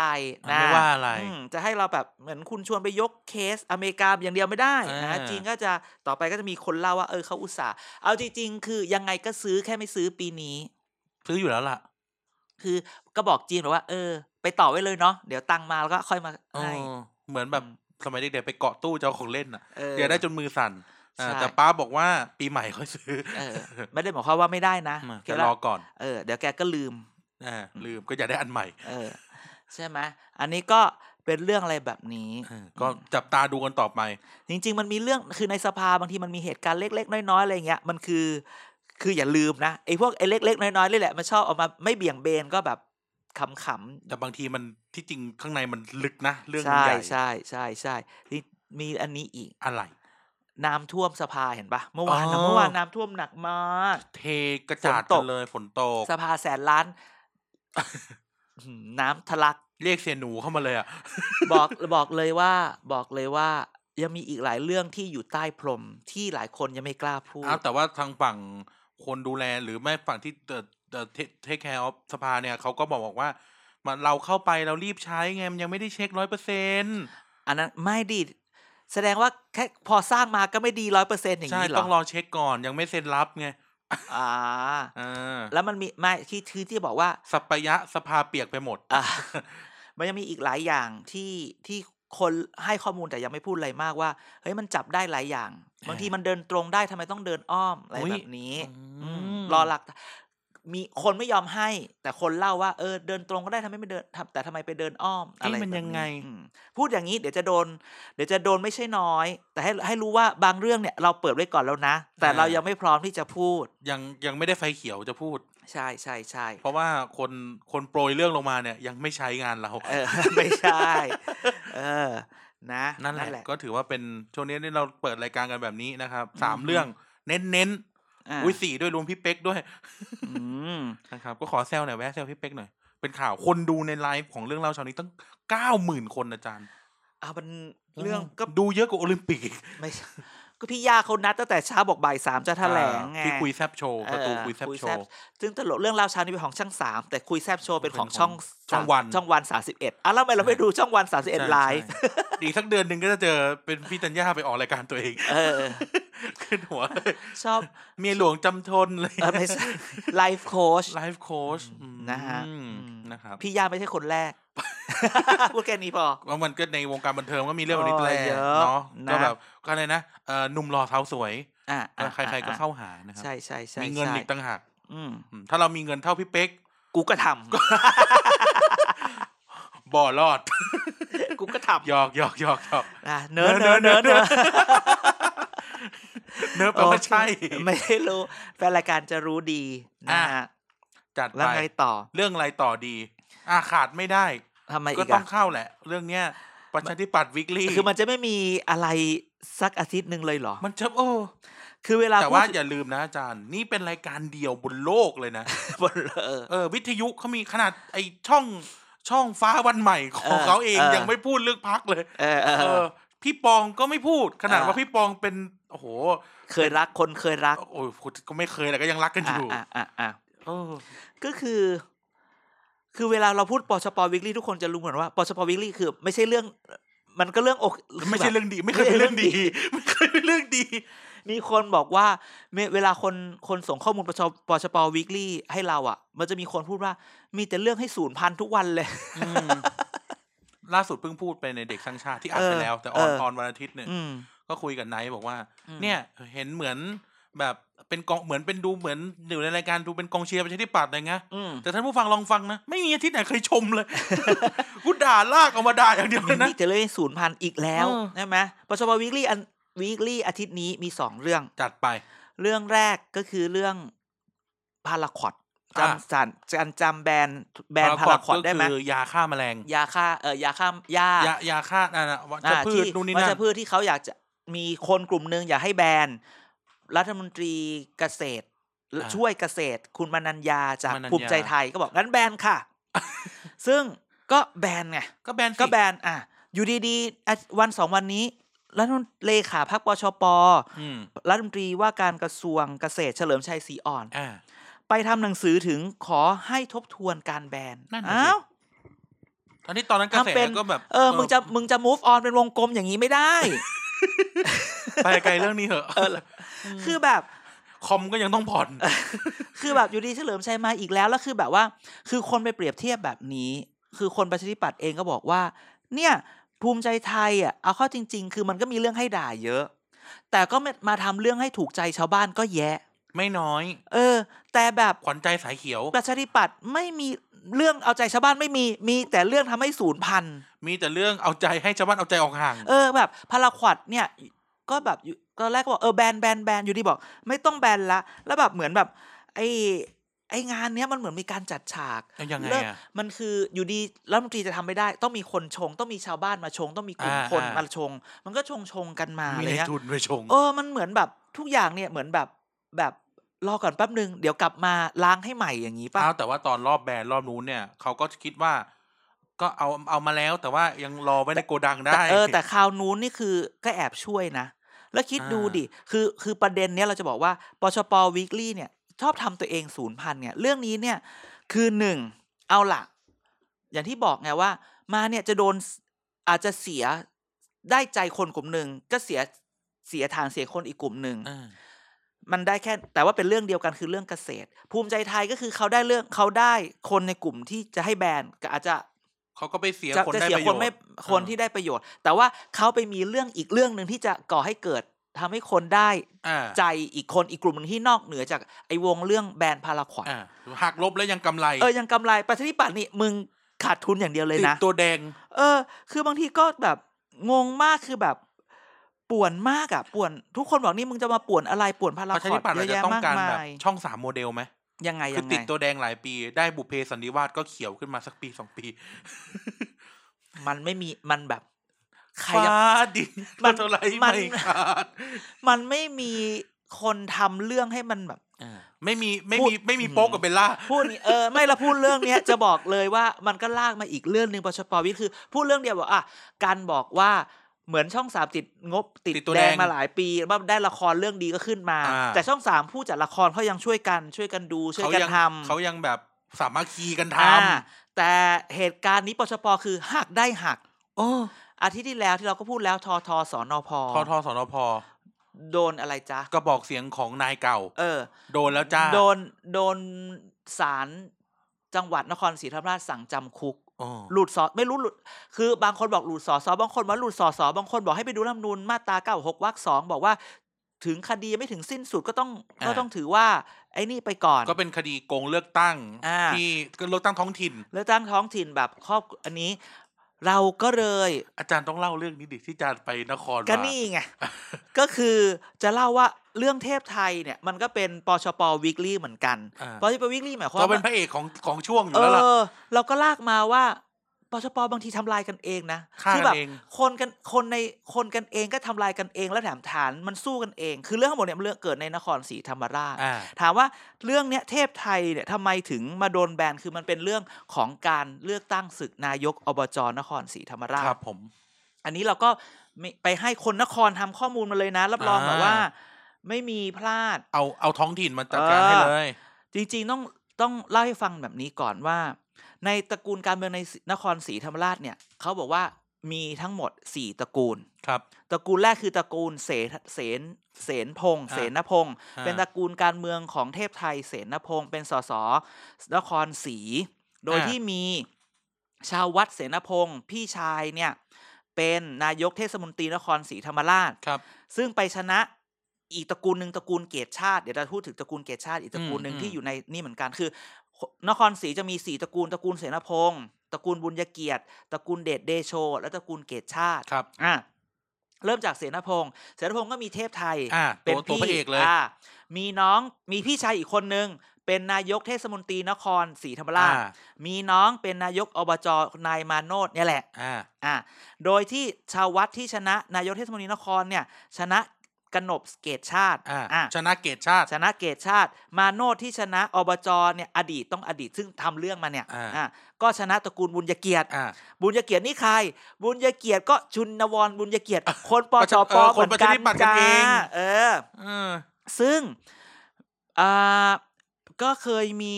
Speaker 1: นะ
Speaker 2: ไม่ว่าอะไร
Speaker 1: อืมจะให้เราแบบเหมือนคุณชวนไปยกเคสอเมริกาอย่างเดียวไม่ได้นะ
Speaker 2: อ่า
Speaker 1: จีนก็จะต่อไปก็จะมีคนเล่าว่าเออเขาอุตส่าห์เอาจริงๆ คือยังไงก็ซื้อแค่ไม่ซื้อปีนี้
Speaker 2: ซื้ออยู่แล้วล่ะ
Speaker 1: คือก็บอกจีนบอกว่า เออ ไปต่อไว้เลยเนาะเดี๋ยวตังค์มาแล้วก็ค่อยมา
Speaker 2: เอ
Speaker 1: ให้
Speaker 2: อเหมือนแบบสมัยเด็กๆไปเกาะตู้เจ้าของเล่นอ่ะ
Speaker 1: เออ
Speaker 2: เดี๋ยวได้จนมือสั่นอ่า
Speaker 1: ใช่
Speaker 2: แต่ป้าบอกว่าปีใหม่ค่อยซื้อ
Speaker 1: เออ ไม่ได้บอกความว่าไม่ได้นะ
Speaker 2: มา
Speaker 1: แก
Speaker 2: แต่
Speaker 1: ว่าร
Speaker 2: อก่อน
Speaker 1: เออเดี๋ยวแกก็ลืม
Speaker 2: อ่าลืมก็อย่าได้อันใหม่
Speaker 1: เออ ใช่ไหมอันนี้ก็เป็นเรื่องอะไรแบบนี้
Speaker 2: เออก็จับตาดูกันต่อไป
Speaker 1: จริงๆ มันมีเรื่องคือในสภาบางทีมันมีเหตุการณ์เล็ก ๆ น้อยๆอะไรเงี้ยมันคือ คืออย่าลืมนะไอ้พวกไอ้เล็ก ๆ น้อยๆนี่แหละมันชอบเออกมาไม่เบี่ยงเบนก็แบบขำ
Speaker 2: แต่บางทีมันที่จริงข้างในมันลึกนะ เรื่อง
Speaker 1: ๆ
Speaker 2: มัน
Speaker 1: ใช่
Speaker 2: ใหญ่
Speaker 1: ใช่ใช่ใช่นี่มีอันนี้อีก
Speaker 2: อะไร
Speaker 1: น้ำท่วมสภาเห็นปะเมื่อวาน
Speaker 2: อ๋
Speaker 1: นะ
Speaker 2: อ
Speaker 1: เมื่อวานน้ำท่วมหนักมาก
Speaker 2: เทกระจา
Speaker 1: ฝน
Speaker 2: ด
Speaker 1: ต
Speaker 2: กั
Speaker 1: ก
Speaker 2: นเลยฝนตก
Speaker 1: สภาแสนล้าน หืมน้ำทะลัก
Speaker 2: เรียกเสียหนูเข้ามาเลยอ่ะ
Speaker 1: บอกบอกเลยว่า บอกเลยว่า ยังมีอีกหลายเรื่องที่อยู่ใต้พรมที่หลายคนยังไม่กล้าพูด
Speaker 2: อ้าวแต่ว่าทางฝั่งคนดูแลหรือไม่ฝั่งที่เอ่อเอ่อเทคแคร์ออฟสภาเนี่ยเขาก็บอกบอกว่ามันเราเข้าไปเรารีบใช้ไงมันยังไม่ได้เช็คร้อยเปอร์เซ็นต์
Speaker 1: อันนั้นไม่ดีแสดงว่าแค่พอสร้างมาก็ไม่ดีร้อยเปอร์เซ็นต์อย่าง
Speaker 2: ใช่
Speaker 1: นี้เหร
Speaker 2: ต้
Speaker 1: อ
Speaker 2: องรอเช็คก่อนยังไม่เซ็นรับไง
Speaker 1: อ่า
Speaker 2: อ่า
Speaker 1: แล้วมันมีไม่ที่คือที่บอกว่า
Speaker 2: สัปยะสภาเปียกไปหมด
Speaker 1: อ่า มันยังมีอีกหลายอย่างที่ที่คนให้ข้อมูลแต่ยังไม่พูดอะไรมากว่าเฮ้ยมันจับได้หลายอย่าง บางทีมันเดินตรงได้ทำไมต้องเดินอ้อมอะไร
Speaker 2: อุ๊ย
Speaker 1: แบบนี้
Speaker 2: อืม
Speaker 1: อืมรอหลัก มีคนไม่ยอมให้ แต่คนเล่าว่าเออเดินตรงก็ได้ทำไมไม่เดินทำแต่ทำไมไปเดินอ้อมอะไร
Speaker 2: เอ๊ะมัน
Speaker 1: แบบ
Speaker 2: ยังไง
Speaker 1: อืมพูดอย่างนี้เดี๋ยวจะโดน เดี๋ยวจะโดนไม่ใช่น้อย แต่ให้ให้รู้ว่าบางเรื่องเนี่ยเราเปิดไว้ก่อนแล้วนะ แต่เรายังไม่พร้อมที่จะพูด
Speaker 2: ยังยังไม่ได้ไฟเขียวจะพูด
Speaker 1: ใช่ใช่ใช่
Speaker 2: เพราะว่าคนคนโปรยเรื่องลงมาเนี่ย ยังไม่ใช้งานเรา
Speaker 1: เออ ไม่ใช่ เออ นะ
Speaker 2: นั่นแหละก็ถือว่าเป็นช่วงนี้ที่เราเปิดรายการกันแบบนี้นะครับสามเรื่องเน้นเน้นๆอุ้
Speaker 1: อุ้
Speaker 2: ยสี่ด้วยรวมพี่เป๊กด้วย
Speaker 1: อืม
Speaker 2: นะครับ ก็ขอแซวหน่อยแวะแซวพี่เป๊กหน่อย เป็นข่าวคนดูในไลฟ์ของเรื่องเล่าเช้านี้ตั้งเก้าหมื่นคนอาจารย์
Speaker 1: เอามันเรื่องก็
Speaker 2: ดูเยอะกว่าโอลิมปิกอีก
Speaker 1: ไม่ใช่ ก็พี่ยาเขานัดตั้งแต่เช้าบอกบ่ายสามจะแถลงไง
Speaker 2: อ่าที่คุยแซบโชว์ประตู
Speaker 1: เออ
Speaker 2: คุยแซบโช
Speaker 1: คุยแซบ
Speaker 2: ว์
Speaker 1: ซึ่งตลกเรื่องราวเช้านี้เป็นของช่างสามแต่คุยแซบโชว์เป็นของช่อง
Speaker 2: ช่องวัน
Speaker 1: ช่องวันสามสิบเอ็ดอ่ะแล้วทำไมเราไม่ดูช่องวันสามสิบเอ็ด
Speaker 2: ใช่
Speaker 1: ไลฟ์
Speaker 2: ใช่อีกสักเดือนหนึ่งก็จะเจอเป็นพี่ธัญญาไปออกรายการตัวเอง
Speaker 1: เออ
Speaker 2: ขึ้นหัวเลย
Speaker 1: ชอบ
Speaker 2: เมียหลวงจำทนเลย
Speaker 1: เออไม่ใช่ไลฟ์โค้ช
Speaker 2: ไลฟ์โค้ช
Speaker 1: นะฮะ
Speaker 2: อืม
Speaker 1: อืม
Speaker 2: นะครับ
Speaker 1: พี่ยาไม่ใช่คนแร ก พูดแค่นี้พอ
Speaker 2: ว่ามันก็ในวงการบันเทิงก็มีเรื่องแบบนี้
Speaker 1: โอ้ย
Speaker 2: แหละ
Speaker 1: เยอะ
Speaker 2: เนาะ
Speaker 1: นะ
Speaker 2: ก็แบบก็เลยนะเอ่อหนุ่มหล่อสาวสวย
Speaker 1: อ่ะอ่ะ
Speaker 2: ใครๆก็
Speaker 1: อ่ะ
Speaker 2: เข้าหานะครั
Speaker 1: ใช่ใช่ใช่
Speaker 2: มีเงิน
Speaker 1: ใช่
Speaker 2: อีกต่างหาก
Speaker 1: อืม
Speaker 2: อืมถ้าเรามีเงินเท่าพี่เป๊ก
Speaker 1: กูก็ท
Speaker 2: บ่อรอด
Speaker 1: ำ กูก็ท
Speaker 2: หยอกหยอกหยอกหยอก
Speaker 1: ำอ่ะเนิร์ด
Speaker 2: เนิ
Speaker 1: เนิ
Speaker 2: ร์
Speaker 1: ร์
Speaker 2: ด
Speaker 1: ดเนิร์ดเนิ
Speaker 2: เนิ
Speaker 1: ร์
Speaker 2: ร์ด
Speaker 1: ด
Speaker 2: เนื้ อแปลว่าใช่
Speaker 1: โอเคไม่ได้ รู้แฟนรายการจะรู้ดีนะ
Speaker 2: อ่ะ
Speaker 1: ฮะ
Speaker 2: จัด
Speaker 1: แล้ว
Speaker 2: ไป
Speaker 1: ไงต่อ
Speaker 2: เรื่องอะไรต่อดี อ่าขาดไม่ได้
Speaker 1: ทำไม
Speaker 2: ก็
Speaker 1: อีก
Speaker 2: ต้อ
Speaker 1: อ่ะ
Speaker 2: งเข้าแหละ เรื่องเนี้ยประชาธิปัตย์วิกฤต
Speaker 1: คือมันจะไม่มีอะไรสักอาทิตย์หนึ่งเลยเหรอ
Speaker 2: มันจะโอ้
Speaker 1: คือเวลา
Speaker 2: แต่ว่า
Speaker 1: พูด
Speaker 2: อย่าลืมนะอาจารย์ นี่เป็นรายการเดียวบนโลกเลยนะ
Speaker 1: บนเออ
Speaker 2: เออวิทยุเขามีขนาดไอช่องช่องฟ้าวันใหม่ของ
Speaker 1: เออ
Speaker 2: เขาเอง
Speaker 1: เออ
Speaker 2: ยังไม่พูดเรื่องพักเลย
Speaker 1: เออเอ
Speaker 2: เอ
Speaker 1: อเอ
Speaker 2: อ
Speaker 1: อ
Speaker 2: พี่ปองก็ไม่พูดขนาด
Speaker 1: เออ
Speaker 2: ว่าพี่ปองเป็นโอ้โห
Speaker 1: เคยรักคนเคยรัก
Speaker 2: โอ้ยก็ไม่เคยแต่ก็ยังรักกันอ
Speaker 1: อ่ะ
Speaker 2: ยู่
Speaker 1: อ่ะอ่ะอ่ะ
Speaker 2: เออ
Speaker 1: ก็คือ คือเวลาเราพูดปชปวิกฤตทุกคนจะรู้เหมือนว่าปชปวิกฤตคือ ไม่ใช่เรื่อง มันก็เรื่องอก
Speaker 2: ไม่
Speaker 1: แบ
Speaker 2: ใช่
Speaker 1: บ
Speaker 2: เรื่องดีไม่เคยเป็นเรื่องดี ไม่เคยเป็นเรื่องดี
Speaker 1: มีคนบอกว่าเมเวลาคนคนส่งข้อมูลปชปชปวิกฤตให้เราอ่ะ มันจะมีคนพูดว่า มีแต่เรื่องให้ศูนย์พันทุกวันเลย
Speaker 2: อืมล่าสุดเพิ่งพูดไปในเด็กสร้างชาติที่อัดไป
Speaker 1: เออ
Speaker 2: แล้ว แต่ออน
Speaker 1: เออ
Speaker 2: ออนวันอาทิตย์เนี่ย
Speaker 1: อืม
Speaker 2: ก็คุยกับไนท์บอกว่า
Speaker 1: อืม
Speaker 2: เนี่ย เห็นเหมือนแบบเป็นกองเหมือนเป็นดูเหมือนอยู่ในรายการดูเป็นกองเชียร์ประชาธิปัตย์อะไรเงี้ย
Speaker 1: อืม
Speaker 2: แต่ท่านผู้ฟังลองฟังนะ ไม่มีอาทิตย์ไหนเคยชม เลย กูด่าลากออกมาด่าอย่างเดียวเลยนะ
Speaker 1: มีแต่เรื่องให้ศูนย์พันอีกแล้ว
Speaker 2: เออ
Speaker 1: ใช่ไหมปชปวิกฤตอันวิกฤตอาทิตย์นี้มีสองเรื่อง
Speaker 2: จัดไป
Speaker 1: เรื่องแรกก็คือเรื่องพาราคอด
Speaker 2: อ่ะ
Speaker 1: จำสันจำจำแบรนด์แบรนด์พาราคอดได้ไหม
Speaker 2: ก็คือยาฆ่าแมลง
Speaker 1: ยาฆ่าเอ่อยาฆ่ายาย
Speaker 2: ายาฆ่าอ่าน่ะวัช
Speaker 1: อ่า
Speaker 2: พื
Speaker 1: ที่
Speaker 2: ชนู่นนี่
Speaker 1: วั
Speaker 2: นั่
Speaker 1: ช
Speaker 2: น
Speaker 1: พืชที่เขาอยากจะมีคนกลุ่มหนึ่งอยากให้แบรนด์รัฐมนตรีเกษตร
Speaker 2: า
Speaker 1: ช่วยเกษตร คุณมนัญญาจาก
Speaker 2: มนัญญา
Speaker 1: ภูมิใจไทยก็บอกงั้นแบรน ด์ค่ะ ซึ่งก็แบรนด์ไง
Speaker 2: ก็แบนสิ
Speaker 1: ก็แบนอ่ะ อยู่ดีๆอ่ะวันสองวันนี้รัฐมนตรีเลขาพักปชป
Speaker 2: อืม
Speaker 1: รัฐมนตรีว่าการกระทรวงเกษตรเฉลิมชัยศรีอ่อน
Speaker 2: อ่า
Speaker 1: ไปทำหนังสือถึงขอให้ทบทวนการแบน
Speaker 2: นั่นน่ะสิ
Speaker 1: อ้าว
Speaker 2: ตอนที่ตอนนั้นกระแส
Speaker 1: ทำเป็น
Speaker 2: ก็แบบ
Speaker 1: เออ มึงจะมึงจะ move on เป็นวงกลมอย่างนี้ไม่ได้
Speaker 2: ไปไกลเรื่องนี้เหอะ
Speaker 1: คือแบบ
Speaker 2: คอมก็ยังต้องผ่อน
Speaker 1: คือแบบอยู่ดีเฉลิมชัยมาอีกแล้วแล้วคือแบบว่า คือคนไปเปรียบเทียบแบบนี้ คือคนประชาธิปัตย์เองก็บอกว่า เนี่ย ภูมิใจไทยอ่ะเอาเข้าจริง ๆ คือมันก็มีเรื่องให้ด่าเยอะ แต่ก็ไม่มาทำเรื่องให้ถูกใจชาวบ้านก็แยะ
Speaker 2: ไม่น้อย
Speaker 1: เออ แต่แบบ
Speaker 2: ขวัญใจสายเขียว
Speaker 1: ประชาธิปัตย์ไม่มีเรื่องเอาใจชาวบ้านไม่มี มีแต่เรื่องทำให้ศูนย์พัน
Speaker 2: มีแต่เรื่องเอาใจให้ชาวบ้านเอาใจออกห่าง
Speaker 1: เออแบบพาราควอดเนี่ย ก็แบบอยู่ตอนแรกก็บอกเออแบนแบนแบนอยู่ดีบอก ไม่ต้องแบนละ แล้วแบบเหมือนแบบ ไอ้ไอ้งานเนี้ยมันเหมือนมีการจัดฉาก
Speaker 2: เอายังไงอะ
Speaker 1: เริ่มมันคืออยู่ดีรัฐมนตรีจะทำไม่ได้ ต้องมีคนชง ต้องมีชาวบ้านมาชง ต้องมีกลุ่ม
Speaker 2: อ่า
Speaker 1: คน
Speaker 2: อ่าม
Speaker 1: มาชง มันก็ชงชงๆกันมา
Speaker 2: มี
Speaker 1: อะไร
Speaker 2: ใน
Speaker 1: เงี้ย
Speaker 2: ทุนไปชง
Speaker 1: เออมันเหมือนแบบทุกอย่างเนี่ยเหมือนแบบแบบรอก่อนแป๊บนึงเดี๋ยวกลับมาล้างให้ใหม่อย่างนี้ป่ะ
Speaker 2: เอาแต่ว่าตอนรอบแบนรอบนู้นเนี่ยเขาก็คิดว่า ก็เอาเอามาแล้ว แต่ว่ายังรอไว้ในโกดังได้
Speaker 1: แต่เออแต่คราวนู้นนี่คือก็แอบช่วยนะ แล้วคิดดู
Speaker 2: อ่า
Speaker 1: ดิ คือคือประเด็นเนี้ยเราจะบอกว่าปชปวีคลี่เนี่ย ชอบทำตัวเองศูนย์พันเนี่ย เรื่องนี้เนี่ย คือหนึ่งเอาละอย่างที่บอกไงว่า มาเนี่ยจะโดนอาจจะเสียได้ใจคนกลุ่มหนึ่งก็เสียเสียฐานเสียคนอีกกลุ่มหนึ่ง
Speaker 2: เออ
Speaker 1: มันได้แค่แต่ว่าเป็นเรื่องเดียวกันคือเรื่องเกษตร ภูมิใจไทยก็คือเขาได้เรื่องเขาได้คนในกลุ่มที่จะให้แบนก็อาจจะ
Speaker 2: เขาก็ไปเสีย
Speaker 1: จะ
Speaker 2: คน
Speaker 1: จะ
Speaker 2: ได้
Speaker 1: เสีย
Speaker 2: ประ
Speaker 1: ค
Speaker 2: โยช
Speaker 1: น
Speaker 2: น์
Speaker 1: ไม่คนที่ได้ประโยชน์ แต่ว่าเขาไปมีเรื่องอีกเรื่องหนึ่งที่จะก่อให้เกิด ทำให้คนได้
Speaker 2: อ่า
Speaker 1: ใจอีกคนอีกกลุ่มหนึ่งที่นอกเหนือจากไอ้วงเรื่องแบรนด์พาราขวัญ
Speaker 2: อ่าหักลบแล้วยังกำไร
Speaker 1: เออยังกำไรประชาธิปัตย์นี่มึงขาดทุนอย่างเดียวเลย
Speaker 2: ติด
Speaker 1: นะ
Speaker 2: ตัวแดง
Speaker 1: เออ คือบางทีก็แบบงงมากคือแบบป่วนมากอะป่วนทุกคนบอกนี่มึงจะมาป่วนอะไรป่วนพารา
Speaker 2: ประ
Speaker 1: ข
Speaker 2: ชา
Speaker 1: วั
Speaker 2: ธิ
Speaker 1: ญ
Speaker 2: ปัตย์
Speaker 1: เยอะ
Speaker 2: อาจจะ
Speaker 1: แยะ
Speaker 2: ต้อง
Speaker 1: มาก
Speaker 2: การ
Speaker 1: มา
Speaker 2: แบบ
Speaker 1: ย
Speaker 2: ช่องสามโมเดลไหม
Speaker 1: ยังไง
Speaker 2: คื
Speaker 1: ยั
Speaker 2: อง ติด
Speaker 1: ไง
Speaker 2: ตัวแดงหลายปี ได้บุพเพสันนิวาสก็เขียวขึ้นมาสักปีสองปี
Speaker 1: มันไม่มีมันแบบใครจะ
Speaker 2: ฟ้าดิน
Speaker 1: มั
Speaker 2: มัน
Speaker 1: น
Speaker 2: เท่าไร
Speaker 1: มั
Speaker 2: ไม่
Speaker 1: น
Speaker 2: ขาด
Speaker 1: มันไม่มีคนทำเรื่องให้มันแบบ
Speaker 2: ไม่มีไม่
Speaker 1: พูด
Speaker 2: มีไม่มี
Speaker 1: อืม
Speaker 2: โป๊กกับเบลล่า
Speaker 1: พูดนี่เออไม่ละพูดเรื่องเนี้ย จะบอกเลยว่ามันก็ลากมาอีกเรื่องหนึ่งปชปวิทย์คือ พูดเรื่องเดียวบอกอ่ะการบอกว่าเหมือนช่องสามติดงบติด
Speaker 2: ติดตัว
Speaker 1: แด
Speaker 2: แด
Speaker 1: ง
Speaker 2: ง
Speaker 1: มาหลายปีว่าได้ละครเรื่องดีก็ขึ้นมา
Speaker 2: อ่า
Speaker 1: แต่ช่องสามผู้จัดละครเขายังช่วยกันช่วยกันดูช่วย
Speaker 2: เขา
Speaker 1: กัน
Speaker 2: ยัง
Speaker 1: ทำ
Speaker 2: เขายังแบบสามัคคีกันท
Speaker 1: อ่าแต่เหตุการณ์นี้ปชปคือหักได้หัก
Speaker 2: ำโอ้
Speaker 1: อาทิตย์ที่แล้วที่เราก็พูดแล้วทอทอสอนอพอ
Speaker 2: ทอทอสอนอพอ
Speaker 1: โดนอะไรจ๊ะ
Speaker 2: กระบอกเสียงของนายเก่า
Speaker 1: เออ
Speaker 2: โดนแล้วจ้า
Speaker 1: โดนโดนศาลจังหวัดนครศรีธรรมราชสั่งจำคุก
Speaker 2: โอ้
Speaker 1: หลุดสอไม่รู้หลุด คือบางคนบอกหลุดสอสอบางคนบอกหลุดสอสอบางคนบอกให้ไปดูรัฐธรรมนูญมาตราเก้าหกวรรคสองบอกว่า ถึงคดียังไม่ถึงสิ้นสุดก็ต้องก็ต้องถือว่า ไอ้นี่ไปก่อน
Speaker 2: ก็เป็นคดีโกงเลือกตั้ง
Speaker 1: อ่า
Speaker 2: ที่เลือกตั้งท้องถิ่น
Speaker 1: แล้วตั้งท้องถิ่นแบบครอบอันนี้ เราก็เลย
Speaker 2: อาจารย์ต้องเล่าเรื่องนี้ดิที่อาจารย์ไปนคร
Speaker 1: ก็
Speaker 2: มา
Speaker 1: นี่ ไง ก็คือจะเล่าว่าเรื่องเทพไทยเนี่ย มันก็เป็นปชปวีคลี่เหมือนกัน
Speaker 2: อ่า
Speaker 1: ปชปวีคลี่หมายความ
Speaker 2: เรา
Speaker 1: ว่า
Speaker 2: เป็นพระเอกของของช่วงอยู่
Speaker 1: เอ
Speaker 2: แล้วล่ะ
Speaker 1: อ เราก็ลากมาว่าปชปบางทีทำลายกันเองนะ
Speaker 2: ฆ่า
Speaker 1: คื
Speaker 2: กัน
Speaker 1: แบบ
Speaker 2: เอง
Speaker 1: คนกันคนในคนกันเองก็ทำลายกันเองแล้วแถมฐานมันสู้กันเอง คือเรื่องทั้งหมดเนี่ยมันเรื่องเกิดในนครศรีธรรมราช
Speaker 2: อ่า
Speaker 1: ถามว่าเรื่องเนี้ยเทพไทยเนี่ยทำไมถึงมาโดนแบนคือมันเป็นเรื่องของการเลือกตั้งศึกนายกอบจนครศรีธรรมราช
Speaker 2: ครับผม
Speaker 1: อันนี้เราก็ไม่ไปให้คนนครทำข้อมูลมาเลยนะ รับรองแบบว่า
Speaker 2: อ่า
Speaker 1: ไม่มีพลาด
Speaker 2: เอาเอาท้องถิ่นมาจัดการให้เลย
Speaker 1: จริงๆต้องต้องเล่าให้ฟังแบบนี้ก่อนว่า ในตระกูลการเมืองในนครศรีธรรมราชเนี่ยเขาบอกว่ามีทั้งหมด 4 ตระกูล
Speaker 2: ครับ
Speaker 1: ตระกูลแรกคือตระกูลเสนเสนเสนพงษ์
Speaker 2: อ่า
Speaker 1: เสนพงษ์
Speaker 2: อ่า
Speaker 1: เป็นตระกูลการเมืองของเทพไทยเสนพงษ์เป็นสสนครศรีโดยที่มีชาววัดเสนพงษ์พี่ชายเนี่ยเป็นนายกเทศมนตรีนครศรีธรรมราช
Speaker 2: ครับ
Speaker 1: ซึ่งไปชนะอีกตระกูลหนึ่งตระกูลเกตชาติเดี๋ยวจะพูดถึงตระกูลเกตชาติอีกตระกูลหนึ่ง
Speaker 2: อืม
Speaker 1: ที่อยู่ในนี่เหมือนกันคือ นครศรีจะมีสี่ตระกูลตระกูลเสนาพงศ์ตระกูลบุญยเกียรติตระกูลเดชเดโช และตระกูลเกตชาติ
Speaker 2: ครับ
Speaker 1: อ่ะเริ่มจากเสนาพงศ์เสนาพงศ์ก็มีเทพไทย
Speaker 2: อ่าตัวตัวพระเอกเลย
Speaker 1: ามีน้องมีพี่ชายอีกคนนึงเป็นนายกเทศมนตรีนครศรีธรรมราช
Speaker 2: อ่า
Speaker 1: มีน้องเป็นนายกอบจนายมาโนดเนี่ยแหละ
Speaker 2: อ่า
Speaker 1: อ่ะโดยที่ชาววัดที่ชนะนายกเทศมนตรีนครเนี่ยชนะกนบเกตชาติ
Speaker 2: อ่า
Speaker 1: อ่ะ
Speaker 2: ชนะเกตชาติ
Speaker 1: ชนะเกตชาติ มาโนดที่ชนะอบจเนี่ยอดีตต้องอดีตซึ่งทำเรื่องมาเนี่ย
Speaker 2: อ่า
Speaker 1: ะก็ชนะตระกูลบุญยเกียรติ
Speaker 2: อ่า
Speaker 1: บุญยเกียรตินี่ใคร บุญยเกียรติก็ชุนวรบุญยเกียรติ คนปชป
Speaker 2: เออ
Speaker 1: เห
Speaker 2: คน
Speaker 1: มือน
Speaker 2: ปฏิ
Speaker 1: กัน
Speaker 2: บัติปัดกัน
Speaker 1: จ้า
Speaker 2: เอง
Speaker 1: เออ
Speaker 2: เออ
Speaker 1: ซึ่งอ่าก็เคยมี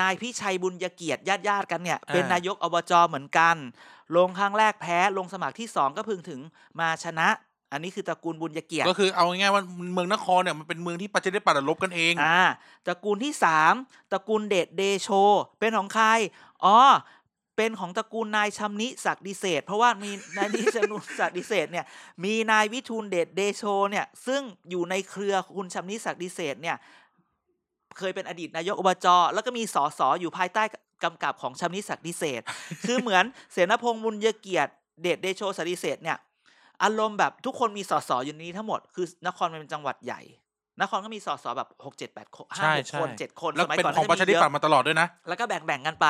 Speaker 1: นายพิชัยบุญยเกียรติญาติญาติๆกันเนี่ย
Speaker 2: อ่า
Speaker 1: เป็นนายกอบจเหมือนกัน ลงครั้งแรกแพ้ลงสมัครที่สองก็เพึงถึงมาชนะ อันนี้คือตระกูลบุญยเกียรติ
Speaker 2: ก็คือเอาง่ายๆว่าเมืองนครเนี่ยมันเป็นเมืองที่ประชาธิปัตย์อะลบกันเอง
Speaker 1: อ่าตระกูลที่สามตระกูลเดชเดโช เป็นของใครอ๋อเป็นของตระกูลนายชำนิศักดิเศษเพราะว่ามี นายนิชนุศักดิเศษเนี่ยมีนายวิทูลเดชเดโชเนี่ยซึ่งอยู่ในเครือคุณชำนิศักดิเศษเนี่ย เคยเป็นอดีตนายกอบจแล้วก็มีสอสออยู่ภายใต้กำกับของชำนิศักดิเศษ คือเหมือนเสนพงษ์บุญยเกียรติเดชเดโชสักดิเศษเนี่ย อารมณ์แบบทุกคนมีสอสออยู่ในนี้ทั้งหมด คือนครมันเป็นจังหวัดใหญ่ นครก็มีสอสอแบบหกเจ็ดแปดคนห้า
Speaker 2: ใช่
Speaker 1: หก
Speaker 2: ใช่
Speaker 1: คนเจ็ดคน
Speaker 2: แล้ว
Speaker 1: สมัย
Speaker 2: เป็น
Speaker 1: ก่อน
Speaker 2: ของประชาธิ
Speaker 1: เย
Speaker 2: ปัตย์มาตลอดด้วยนะ
Speaker 1: แล้วก็แบ่งแบ่งๆกันไป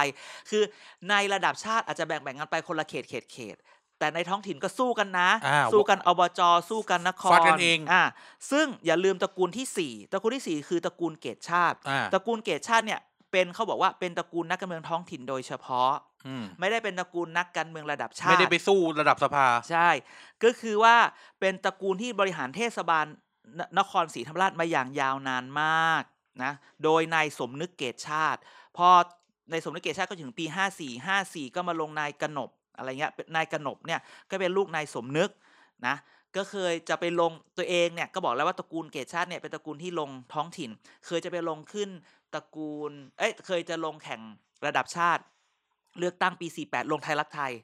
Speaker 1: คือในระดับชาติอาจจะแบ่งแบ่งๆกันไปคนละเขตเขตเขตแต่ในท้องถิ่นก็สู้กันนะ
Speaker 2: อ่า
Speaker 1: สู้กันอบจสู้กันนคร
Speaker 2: ฟาดกันเอง
Speaker 1: อ่าซึ่งอย่าลืมตระกูลที่สี่ตระกูลที่สี่คือตระกูลเกตชาติ
Speaker 2: อ่า
Speaker 1: ตระกูลเกตชาติเนี่ยเป็นเขาบอกว่าเป็นตระกูลนักการเมืองท้องถิ่นโดยเฉพาะ
Speaker 2: อืม
Speaker 1: ไม่ได้เป็นตระกูลนักการเมืองระดับชาติ
Speaker 2: ไม่ได้ไปสู้ระดับสภา
Speaker 1: ใช่ ก็คือว่าเป็นตระกูลที่บริหารเทศบาลนนครศรีธรรมราชมาอย่างยาวนานมากนะโดยนายสมนึกเกตชาติ พอในายสมนึกเกตชาติก็ถึงปี 54 54 ก็มาลงนายกนบอะไรเงี้ยเป็นนายกนบเนี่ยก็เป็นลูกนายสมนึกนะก็เคยจะไปลงตัวเองเนี่ยก็บอกแล้วว่าตระกูลเกตชาติเนี่ยเป็นตระกูลที่ลงท้องถิ่น เคยจะไปลงขึ้นตระกูล เอ้ย เคยจะลงแข่งระดับชาติ เลือกตั้งปี 48 ลงไทยรักไทย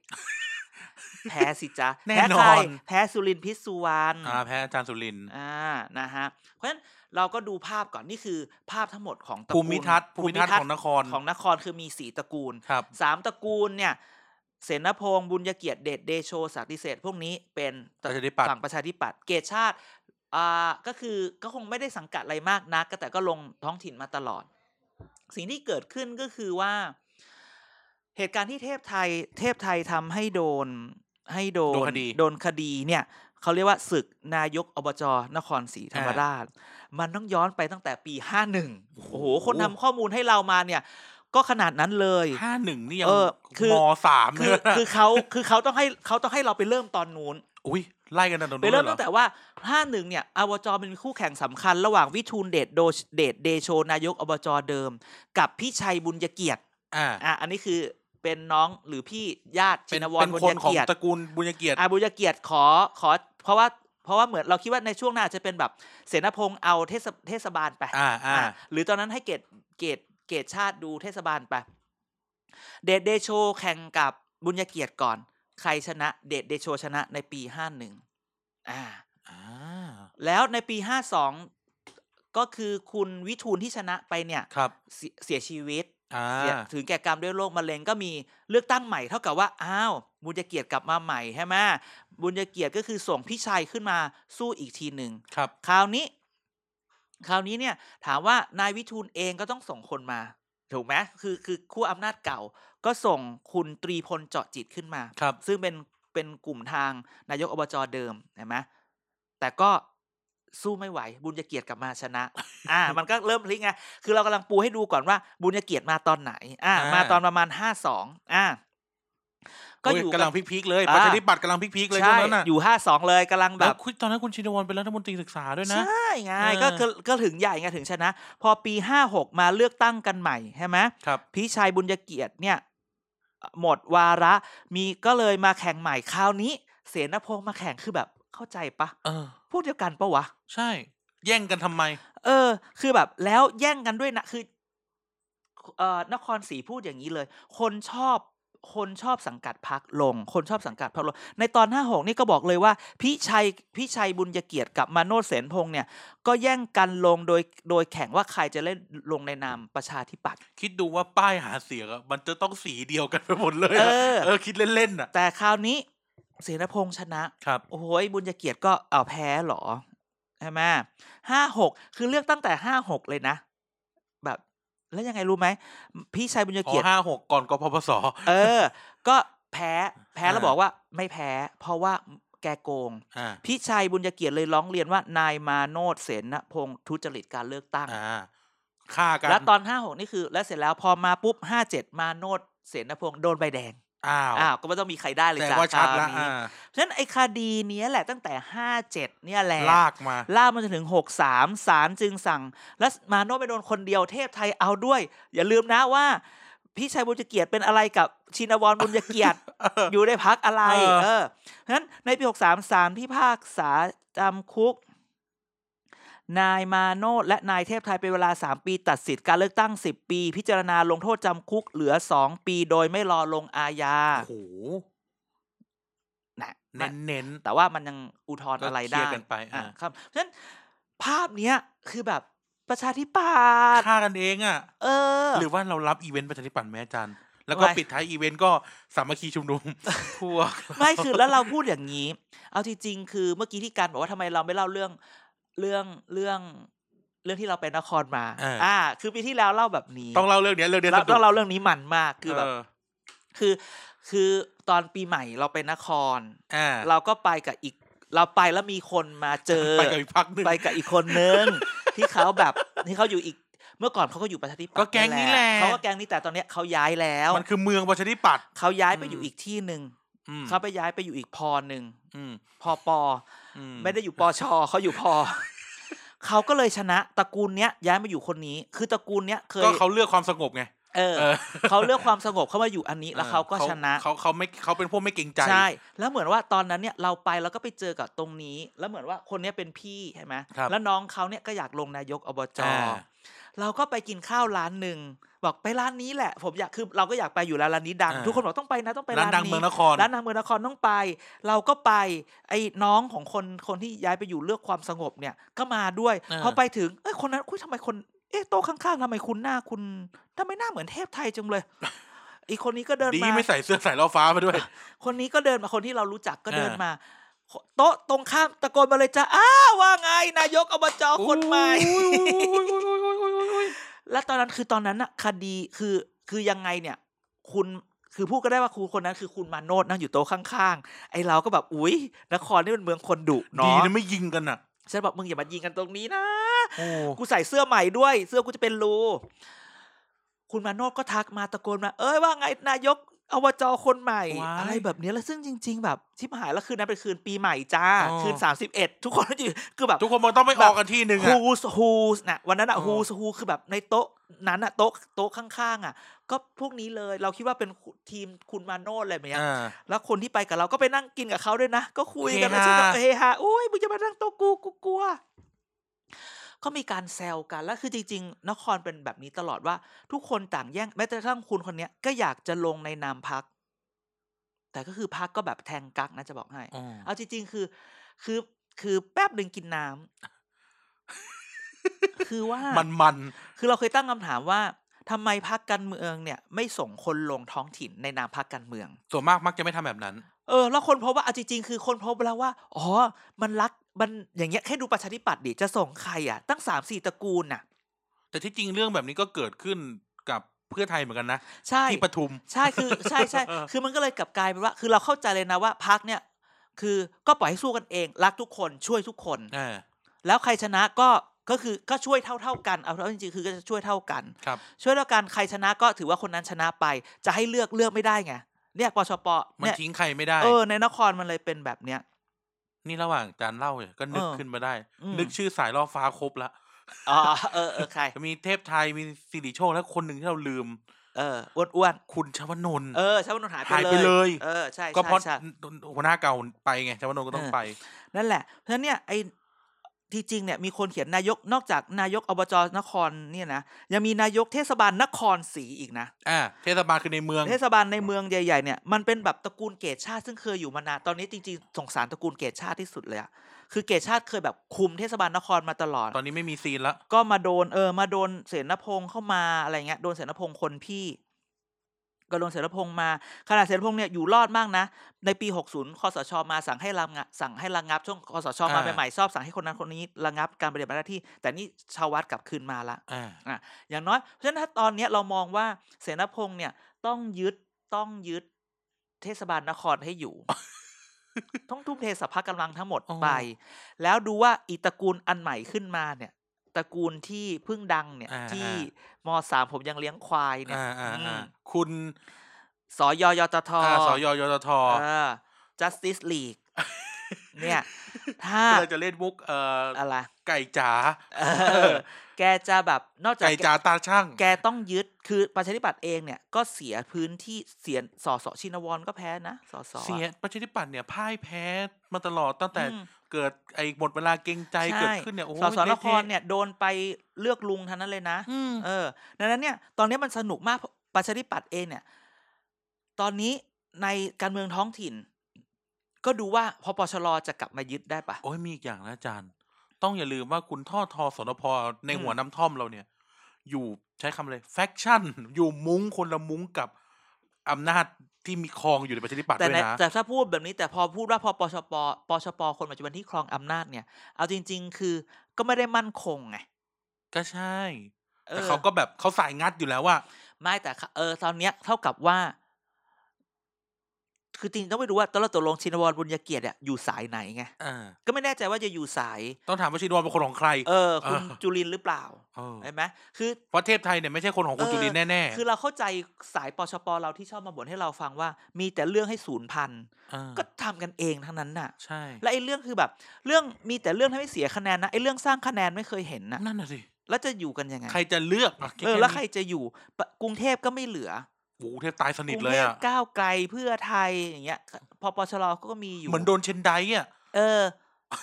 Speaker 1: แพ้สิจ๊ะ
Speaker 2: แน่
Speaker 1: พ้ใคร
Speaker 2: นอน
Speaker 1: แพ้สุรินทร์พิษสุวรรณ
Speaker 2: อ่าแพ้อาจารย์สุรินทร์
Speaker 1: อ่า นะฮะ เพราะฉะนั้นเราก็ดูภาพก่อนนี่คือภาพทั้งหมดของตระ
Speaker 2: ภู
Speaker 1: กูล
Speaker 2: มิทัศน์ภูมิทัศน์ของนคร
Speaker 1: ของนครคือมีสีตระกูล
Speaker 2: ครับ
Speaker 1: สามตระกูลเนี่ย เสนพงศ์บุญยเกียรติเดชเดโชศักดิเศรษฐ์พวกนี้เป็น
Speaker 2: ประชาธิปัตย์
Speaker 1: ฝั่งประชาธิปัตย์เกตชาติอ่าก็คือก็คงไม่ได้สังกัดอะไรมากนักก็แต่ก็ลงท้องถิ่นมาตลอด สิ่งที่เกิดขึ้นก็คือว่า เหตุการณ์ที่เทพไทย เทพไทยทำให้โดนให้โดน
Speaker 2: โดนคดี
Speaker 1: โดนคดีเนี่ยเขาเรียกว่าศึกนายกอบจนครศรีธรรม
Speaker 2: อ่า
Speaker 1: ราช มันต้องย้อนไปตั้งแต่ปีห้าหนึ่ง
Speaker 2: โอ้
Speaker 1: โอ้
Speaker 2: โห
Speaker 1: โห คนทำข้อมูลให้เรามาเนี่ย ก็ขนาดนั้นเลย
Speaker 2: ห้าหนึ่งนี่ยัง
Speaker 1: เออคือ
Speaker 2: มสามเล
Speaker 1: คื
Speaker 2: ย
Speaker 1: อ
Speaker 2: นะ
Speaker 1: คือเขาคือเขาต้องให้เขาต้องให้เราไปเริ่มตอนนู้น
Speaker 2: อุ้ยไล่กันตั้งแต่ตรง
Speaker 1: ไป
Speaker 2: นู้น
Speaker 1: เริ่ม
Speaker 2: เลยเหร
Speaker 1: ตั้
Speaker 2: อง
Speaker 1: แต่ว่าห้าหนึ่งเนี่ยอบจเป็นคู่แข่งสำคัญ ระหว่างวิทูลเดชโดชเดชเดโชนายกอบจเดิม กับพี่ชัยบุญยเกียรติ
Speaker 2: อ่า
Speaker 1: อ่ะอันนี้คือเป็นน้องหรือพี่ญาติ
Speaker 2: เป็
Speaker 1: ชิ
Speaker 2: น
Speaker 1: นวร
Speaker 2: เป็น
Speaker 1: บุญ
Speaker 2: ค
Speaker 1: ย
Speaker 2: นของ
Speaker 1: เกียรติ
Speaker 2: ตระกูลบุญเกียรติ
Speaker 1: อ่ะบุญยเกียรติขอขอ เพราะว่าเพราะว่าเหมือนเราคิดว่าในช่วงหน้าอาจจะเป็นแบบเสนาพงษ์เอาเทศเทศบาลไป
Speaker 2: อ่าอ่า
Speaker 1: อ่ะหรือตอนนั้นให้เกตเกตเกตชาติดูเทศบาลไป เดชเดโชแข่งกับบุญยเกียรติก่อน ใครชนะ เดชเดโชชนะในปีห้าหนึ่งอ่า
Speaker 2: อ่า
Speaker 1: แล้วในปีห้าสองก็คือคุณวิทูลที่ชนะไปเนี่ย
Speaker 2: ครับ
Speaker 1: เสียเสียชีวิต
Speaker 2: อ่า
Speaker 1: เสียถึงแก่กรรมด้วยโรคมะเร็งก็มีเลือกตั้งใหม่เท่ากับว่าอ้าวบุญยเกียรติกลับมาใหม่ใช่ไหมบุญยเกียรติก็คือส่งพี่ชัยขึ้นมาสู้อีกทีหนึ่ง
Speaker 2: ครับ
Speaker 1: คราวนี้ คราวนี้เนี่ย ถามว่านายวิทูลเองก็ต้องส่งคนมา ถูกไหมคือคือคู่อำนาจเก่า ก็ส่งคุณตรีพลเจาะจิตขึ้นมา
Speaker 2: ครับ
Speaker 1: ซึ่งเป็นเป็นกลุ่มทางนายกอบจเดิมเห็นไหมแต่ก็สู้ไม่ไหว บุญยเกียรติกลับมาชนะ อ่า มันก็เริ่มพลิกไงคือเรากำลังปูให้ดูก่อนว่า บุญยเกียรติมาตอนไหน อ่า
Speaker 2: อ่าม
Speaker 1: มาตอนประมาณห้าสองอ่า ก็อยู่
Speaker 2: โกำลัง
Speaker 1: บ
Speaker 2: พีคๆเลย
Speaker 1: อ่า
Speaker 2: ประชาธิปัตย์กำลังพีคๆเลยช่
Speaker 1: ใช่
Speaker 2: วงนั้นน่ะ
Speaker 1: อยู่ห้าสองเลยกำลังแบ
Speaker 2: แล้ว
Speaker 1: บ
Speaker 2: คุณตอนนั้นคุณชินวรเป็นรัฐมนตรีศึกษาด้วยนะ
Speaker 1: ใช่ไง
Speaker 2: เออ
Speaker 1: ก็คือก็ถึงใหญ่ไงถึงชนะ พอปีห้าหกมาเลือกตั้งกันใหม่ใช่ไหม
Speaker 2: ครับ
Speaker 1: พิชัยบุญยเกียรติเนี่ยหมดวาระมีก็เลยมาแข่งใหม่คราวนี้ เสนพงษ์มาแข่งคือแบบเข้าใจปะ
Speaker 2: เออ
Speaker 1: พวกเดียวกันปะวะ
Speaker 2: ใช่ แย่งกันทำไม
Speaker 1: เออ คือแบบแล้วแย่งกันด้วยนะคือเอ่อนครศรีพูดอย่างนี้เลย คนชอบคนชอบสังกัดพักลง คนชอบสังกัดพักลง ในตอนห้าหกนี่ก็บอกเลยว่าพิชัยพิชัยบุญยเกียรติกับมาโนดเสนพงษ์เนี่ย ก็แย่งกันลงโดยโดยแข่งว่าใครจะเล่นลงในนามประชาธิปัตย์
Speaker 2: คิดดูว่าป้ายหาเสียงอะมันจะต้องสีเดียวกันไปหมดเลย
Speaker 1: เอ
Speaker 2: อะ
Speaker 1: อ
Speaker 2: เออคิดเล่นๆน่ะ
Speaker 1: แต่คราวนี้เสนพงษ์ชนะ
Speaker 2: ครับ
Speaker 1: โอ้โหบุญเกียรติก็เอาแพ้เหรอใช่ไหมห้าหกคือเลือกตั้งแต่ห้าหกเลยนะ แบบ แล้วยังไงรู้ไหมพี่ชายบุญ
Speaker 2: ขอ
Speaker 1: เกียรติ
Speaker 2: ห้าหกก่อนกพปส
Speaker 1: เออ ก็แพ้แพ้แล้ว
Speaker 2: อ่า
Speaker 1: บอกว่าไม่แพ้ เพราะว่าแกโกง
Speaker 2: อ่า
Speaker 1: พี่ชัยบุญเกียรติเลยร้องเรียนว่านายมาโนดเสนพงศ์ทุจริตการเลือกตั้ง
Speaker 2: อ่า ฆ่ากัน
Speaker 1: แล้วตอนห้าหกนี่คือ แล้วเสร็จแล้วพอมาปุ๊บห้าเจ็ดมาโนดเสนพงศ์โดนใบแดง
Speaker 2: อ้าว
Speaker 1: อ้าวก็ไม่ต้องมีใครได้เลย
Speaker 2: แต่
Speaker 1: จาก
Speaker 2: ว่าชัดละ
Speaker 1: ครวนี้
Speaker 2: อ่า
Speaker 1: ฉะนั้นไอ้คดีเนี้ยแหละตั้งแต่ห้าเจ็ดเนี่ยแหละ
Speaker 2: ลากมา
Speaker 1: ล่ากมาจนถึง 6 3ศาลจึงสั่ง และมาโนไปโดนคนเดียวเทพไทยเอาด้วย อย่าลืมนะว่า พี่ชัยบุญเกียรติเป็นอะไรกับชินวรบุญเกี ยรติ อยู่ในพักอะไร
Speaker 2: เออ
Speaker 1: เออเพราะฉะนั้นในปี 63ศาลพิพากษาจำคุก นายมาโนดและนายเทพไทยเป็นเวลา 3 ปี ตัดสิทธิ์การเลือกตั้ง 10 ปี พิจารณาลงโทษจำคุกเหลือ 2 ปีโดยไม่รอลงอาญา
Speaker 2: โอ้โห
Speaker 1: นะ
Speaker 2: เน้นเน้น
Speaker 1: แต่ว่ามันยังอุทธรณ์
Speaker 2: ก็
Speaker 1: อะไร
Speaker 2: เคลี
Speaker 1: ได้
Speaker 2: ยร์กันไป
Speaker 1: อ่ะ
Speaker 2: อ่า
Speaker 1: ครับเพราะฉะนั้นภาพเนี้ยคือแบบประชาธิปัตย์
Speaker 2: ฆ่ากันเองอ่ะ
Speaker 1: เออ
Speaker 2: หรือว่าเรารับอีเวนต์ประชาธิปัตย์ไหมอาจารย์ แล้วก็
Speaker 1: ไม่
Speaker 2: ปิดท้ายอีเวนต์ก็สามัคคีชุม นุม ทั่ว
Speaker 1: ไม่คือแล้วเราพูดอย่างนี้ เอาที่จริงคือเมื่อกี้ที่การบอกว่าทำไมเราไม่เล่าเรื่องเรื่องเรื่องเรื่องที่เราไปนครมา
Speaker 2: อ่า
Speaker 1: คือปีที่แล้วเล่าแบบนี้
Speaker 2: ต้องเล่าเรื่องเนี้ยเรื่องเนี้ย
Speaker 1: เรา
Speaker 2: สนุก
Speaker 1: ต้องเล่าเรื่องนี้มันมากคือแบบ
Speaker 2: เอ
Speaker 1: คือ คือตอนปีใหม่เราไปนคร
Speaker 2: อ่า
Speaker 1: เราก็ไปกับอีก เราไปแล้วมีคนมาเจอ
Speaker 2: ไปกับอีกพัก หนึ่ง
Speaker 1: ไปกับอีกคนนึง ที่เขาแบบที่เขาอยู่อีกเมื่อก่อนเขาก็อยู่ประชาธิปัตย์
Speaker 2: ก็แก๊งนี้แหละ
Speaker 1: เขาก็แก๊งนี้แต่ตอนเนี้ยเขาย้ายแล้ว
Speaker 2: มันคือเมืองประชาธิปัตย์
Speaker 1: เขาย้ายไป
Speaker 2: อืม
Speaker 1: อยู่อีกที่หนึ่ง
Speaker 2: อืม
Speaker 1: เขาไปย้ายไปอยู่อีกพอหนึ่ง
Speaker 2: อืม
Speaker 1: พอปอ
Speaker 2: อื
Speaker 1: อไม่ได้อยู่ปอชอเขา อยู่พอ เขาก็เลยชนะตระกูลเนี้ยย้ายมาอยู่คนนี้ คือตระกูลเนี้ยเคย
Speaker 2: ก็เขาเลือกความสงบไง
Speaker 1: เออ
Speaker 2: เออ
Speaker 1: เขาเลือกความสงบเข้ามาอยู่อันนี้แล้วเขาก็ชนะ
Speaker 2: เขาเขาไม่เขาเป็นพวกไม่เกรงใจ
Speaker 1: ใช่ แล้วเหมือนว่าตอนนั้นเนี่ยเราไปเราก็ไปเจอกับตรงนี้ แล้วเหมือนว่าคนเนี้ยเป็นพี่ใช่ไหม
Speaker 2: ครับ
Speaker 1: แล้วน้องเขาเนี่ยก็อยากลงนายกอบจ
Speaker 2: อ่า
Speaker 1: เราก็ไปกินข้าวร้านหนึ่ง บอกไปร้านนี้แหละ ผมอยากคือเราก็อยากไปอยู่แล้วร้านนี้ดัง
Speaker 2: อ่า
Speaker 1: ทุกคนบอกต้องไปนะต้องไป
Speaker 2: ร้า
Speaker 1: ร้าน น
Speaker 2: ดัง
Speaker 1: นี้
Speaker 2: เมืองนคร
Speaker 1: ร้านนางเมืองนครต้องไป เราก็ไป ไอ้น้องของคนคนที่ย้ายไปอยู่เลือกความสงบเนี่ย ก็มาด้วย
Speaker 2: อ่า
Speaker 1: พอไปถึงเอ้ยคนนั้นคุยทำไมคน เอ๊ะโต๊ะข้างๆทำไมคุณหน้าคุณทำไมหน้าเหมือนเทพไทยจังเลย อีกคนนี้ก็เดิน
Speaker 2: ดี
Speaker 1: มา
Speaker 2: ไม่ใส่เสื้อสายล่อฟ้ามาด้วย
Speaker 1: คนนี้ก็เดินมาคนที่เรารู้จักก็เดิน
Speaker 2: อ่าม
Speaker 1: มา โต๊ะตรงข้ามตะโกนมาเลยจ้าอ้าว่าไงนายกอบจคนใหม่
Speaker 2: โอ้ยโอ้ยโอ้ยโอ้ยโอ้ยโอ้ยโอ้ยโอ้ย
Speaker 1: และตอนนั้นคือตอนนั้นอะคดีคือคือยังไงเนี่ย คุณคือพูดก็ได้ว่าครูคนนั้นคือคุณมาโนดนั่งอยู่โต๊ะข้างๆ ไอ้เราก็แบบอุ๊ยนครนี่เป็นเมืองคนดุ
Speaker 2: ดี
Speaker 1: เนาะ
Speaker 2: นะไม่ยิงกันอ่ะ
Speaker 1: ฉันบอกมึงอย่ามายิงกันตรงนี้นะ
Speaker 2: โอ้
Speaker 1: กูใส่เสื้อใหม่ด้วย เสื้อกูจะเป็นรูคุณมาโนดก็ทักมาตะโกนมา เอ้ยว่าไงนายกอบจคนใหม่
Speaker 2: ว้าย
Speaker 1: อะไรแบบเนี้ยแล้วซึ่งจริง ๆ แบบชิบหายแล้วคืนนั้นเป็นคืนปีใหม่จ้า
Speaker 2: อ๋อ
Speaker 1: คืนสามสิบเอ็ดทุกคนก็อยู่คือแบบ
Speaker 2: ทุกคนมันต้องไปออกกันที่หนึ่งอ่ะ
Speaker 1: ฮูสฮูสนะวันนั้นอะ
Speaker 2: อ๋อ
Speaker 1: ฮูสฮูคือแบบในโต๊ะนั้นอะโต๊ะโต๊ะข้างๆอะก็พวกนี้เลยเราคิดว่าเป็นทีมคุณมาโนดอะไรแบบเนี้ย
Speaker 2: อ่า
Speaker 1: แล้วคนที่ไปกับเราก็ไปนั่งกินกับเขาด้วยนะ ก็คุยกัน
Speaker 2: เฮฮา
Speaker 1: ไม่ใช่แบบเฮฮาอุ้ยมึงจะมานั่งโต๊ะกูกูกลัวก็มีการแซวกันแล้วคือจริง ๆ นครเป็นแบบนี้ตลอดว่า ทุกคนต่างแย่งแม้แต่กระทั่งคุณคนเนี้ยก็อยากจะลงในนามพัก แต่ก็คือพักก็แบบแทงกักนะจะบอกให้
Speaker 2: อ๋อ
Speaker 1: เอาจริงๆ คือ คือ คือแป๊บหนึ่งกินน้ำ คือว่า
Speaker 2: มันมัน
Speaker 1: คือเราเคยตั้งคำถามว่าทำไมพักการเมืองเนี่ย ไม่ส่งคนลงท้องถิ่นในนามพักการเมือง
Speaker 2: ส่วนมากมักจะไม่ทำแบบนั้น
Speaker 1: เออ แล้วคนพบว่าเอาจริงๆ คือคนพบแล้วว่า อ๋อ มันรัก มันอย่างเงี้ยแค่ดูประชาธิปัตย์ดิ จะส่งใครอ่ะ ตั้งสามสี่ตระกูลน่ะ
Speaker 2: แต่ที่จริงเรื่องแบบนี้ก็เกิดขึ้นกับเพื่อไทยเหมือนกันนะ
Speaker 1: ใช่
Speaker 2: ที่ปทุม
Speaker 1: ใช่คือใช่ใช่ คือมันก็เลยกลับกลายเป็นว่า คือเราเข้าใจเลยนะว่าพักเนี่ย คือก็ปล่อยให้สู้กันเอง รักทุกคนช่วยทุกคน
Speaker 2: อ่า
Speaker 1: แล้วใครชนะก็ก็คือก็ช่วยเท่าเท่าๆกันเอาเท่าจริงๆคือก็จะช่วยเท่ากัน
Speaker 2: ครับ
Speaker 1: ช่วยเท่ากันใครชนะก็ถือว่าคนนั้นชนะไป จะให้เลือกเลือกไม่ได้ไงเนี่ยปชป
Speaker 2: มัน
Speaker 1: เนี่ย
Speaker 2: ทิ้งใครไม่ได้
Speaker 1: เออในนครมันเลยเป็นแบบเนี้ย
Speaker 2: นี่ระหว่างจานเล่าเนี่ยก็นึก
Speaker 1: เออ
Speaker 2: ขึ้นมาได้
Speaker 1: อืม
Speaker 2: นึกชื่อสายล่อฟ้าครบละ
Speaker 1: อ๋อเออเออใคร
Speaker 2: มีเทพไทยมีสิริโชคและคนหนึ่งที่เราลืม
Speaker 1: เอออ้วนอ้วน
Speaker 2: คุณชวนนท์
Speaker 1: ๆเออชาวนนท์หายไป
Speaker 2: หาย
Speaker 1: เลย
Speaker 2: ไปเลย
Speaker 1: เออใช่ใช่
Speaker 2: ก็เพราะ
Speaker 1: ใช่
Speaker 2: หัวหน้าเก่าไปไงชวนนท์ก็ต้อง
Speaker 1: เออ
Speaker 2: ไป
Speaker 1: นั่นแหละเพราะฉะนั้นเนี่ยไอ้ที่จริงเนี่ยมีคนเขียนนายกนอกจากนายกอบจนครเนี่ยนะยังมีนายกเทศบาลนครศรีอีกนะ
Speaker 2: อ่า เทศบาลคือในเมือง
Speaker 1: เทศบาลในเมืองใหญ่ ๆ เนี่ยมันเป็นแบบตระกูลเกตชาติซึ่งเคยอยู่มานานตอนนี้จริงๆสงสารตระกูลเกตชาติที่สุดเลยอะคือเกตชาติเคยแบบคุมเทศบาลนครมาตลอด
Speaker 2: ตอนนี้ไม่มีซีนละ
Speaker 1: ก็มาโดนเออมาโดนเสนพงษ์เข้ามาอะไรเงี้ยโดนเสนพงษ์คนพี่ ก็โดนเสนพงษ์มาขนาดเสนพงษ์เนี่ยอยู่รอดมากนะ ในปี 60คอสชมาสั่งให้ระงะสั่งให้ระงับช่วงคอสชมา
Speaker 2: อ่า
Speaker 1: ใหม่ๆชอบสั่งให้คนนั้นคนนี้ระงับการปฏิบัติหน้าที่ แต่นี่ชาววัดกลับคืนมาละ
Speaker 2: อ่า
Speaker 1: อ่ะอย่างน้อยเพราะฉะนั้นถ้าตอนเนี้ยเรามองว่าเสนาพงษ์เนี่ยต้องยึดต้องยึดเทศบาลนครให้ อยู่ ต้องทุ่มเทสรรพกำลังทั้งหมด
Speaker 2: อ๋อ
Speaker 1: ไป แล้วดูว่าอีตระกูลอันใหม่ขึ้นมาเนี่ยตระกูลที่เพิ่งดังเนี่ย ที่มสามผมยังเลี้ยงควายเนี่ย
Speaker 2: อ่าอ่า
Speaker 1: อื
Speaker 2: อ่าม คุณ
Speaker 1: สอยยตท
Speaker 2: อาสยยตท
Speaker 1: เออ justice league เนี่ย ถ้า
Speaker 2: ก็เลยจะเล่นมุกเอ่ออ
Speaker 1: อะไร
Speaker 2: ไก่จ๋า
Speaker 1: เออ แกจะแบบนอกจาก
Speaker 2: ไก่
Speaker 1: แก
Speaker 2: จ๋าตาช่าง
Speaker 1: แกต้องยึดคือประชาธิปัตย์เองเนี่ยก็เสียพื้นที่เสียสอสอชินวรก็แพ้นะสอสอ
Speaker 2: เสียประชาธิปัตย์เนี่ยพ่ายแพ้มาตลอดตั้งแต่
Speaker 1: อืม
Speaker 2: เกิดไอ้หมดเวลาเกรงใจ
Speaker 1: ใช่
Speaker 2: เกิดขึ้นเนี่ยโอ้ย
Speaker 1: สอสอน
Speaker 2: เละ
Speaker 1: ค
Speaker 2: เทะ
Speaker 1: รเนี่ยโดนไปเลือกลุงทั้งนั้นเลยนะ
Speaker 2: อืม
Speaker 1: เออดังนั้นเนี่ยตอนนี้มันสนุกมากประชาธิปัตย์เองเนี่ย ตอนนี้ในการเมืองท้องถิ่น ก็ดูว่าพอปชรจะกลับมายึดได้ปะ
Speaker 2: โอ้ยมีอีกอย่างนะอาจารย์ ต้องอย่าลืมว่าคุณท่อทอสนพใน
Speaker 1: อืม
Speaker 2: หัวน้ำท่อมเราเนี่ย อยู่ใช้คำเลยแฟคชั่น อยู่มุ้งคนละมุ้งกับอำนาจที่มีครองอยู่ในประชาธิปัตย์
Speaker 1: แต่
Speaker 2: ด้วย
Speaker 1: ใน
Speaker 2: นะ
Speaker 1: แต่ถ้าพูดแบบนี้แต่พอพูดว่าพอปชปปชปคนปัจจุบันที่ครองอำนาจเนี่ย เอาจริง ๆ คือก็ไม่ได้มั่นคงไง
Speaker 2: ก็ใช่
Speaker 1: อ
Speaker 2: แต่
Speaker 1: อ
Speaker 2: เขาก็แบบเขาสายงัดอยู่แล้วว่า
Speaker 1: ไม่แต่ค่ะเออตอนเนี้ยเท่ากับว่า คือจริงต้องไปดูว่าตอนเราตกลงชินวรบุญยเกียรติเนี่ยอยู่สายไหนไง
Speaker 2: อ่า
Speaker 1: ก็ไม่แน่ใจว่าจะอยู่สาย
Speaker 2: ต้องถามว่าชินวรเป็นคนของใคร
Speaker 1: เออ คุณ
Speaker 2: เออ
Speaker 1: จุลินทร์หรือเปล่า
Speaker 2: เออ
Speaker 1: เห็นไหมคือ
Speaker 2: เพราะเทพไทยเนี่ยไม่ใช่คนของคุณ
Speaker 1: เออ
Speaker 2: จุลินแน่ๆ
Speaker 1: คือเราเข้าใจสายปชปเราที่ชอบมาบ่นให้เราฟังว่า มีแต่เรื่องให้ศูนย์พัน
Speaker 2: อ่า
Speaker 1: ก็ทำกันเองทั้งนั้นน่ะ
Speaker 2: ใช่
Speaker 1: และไอ้เรื่องคือแบบ เรื่องมีแต่เรื่องทำให้เสียคะแนนนะไอ้เรื่องสร้างคะแนนไม่เคยเห็นนะ
Speaker 2: นั่นน่ะสิ
Speaker 1: แล้วจะอยู่กันยังไง
Speaker 2: ใครจะเลือกอ่ะ
Speaker 1: เออแล้วใครจะอยู่ปะกรุงเทพก็ไม่เหลือ
Speaker 2: โอ้โหเทพตายสนิท
Speaker 1: กรุง
Speaker 2: เลย
Speaker 1: เทพ
Speaker 2: อ่ะ
Speaker 1: ก้าวไกลเพื่อไทยอย่างเงี้ยพอปชรก็มีอยู่
Speaker 2: เหมือนโดนเชนไดอ่ะ
Speaker 1: เออ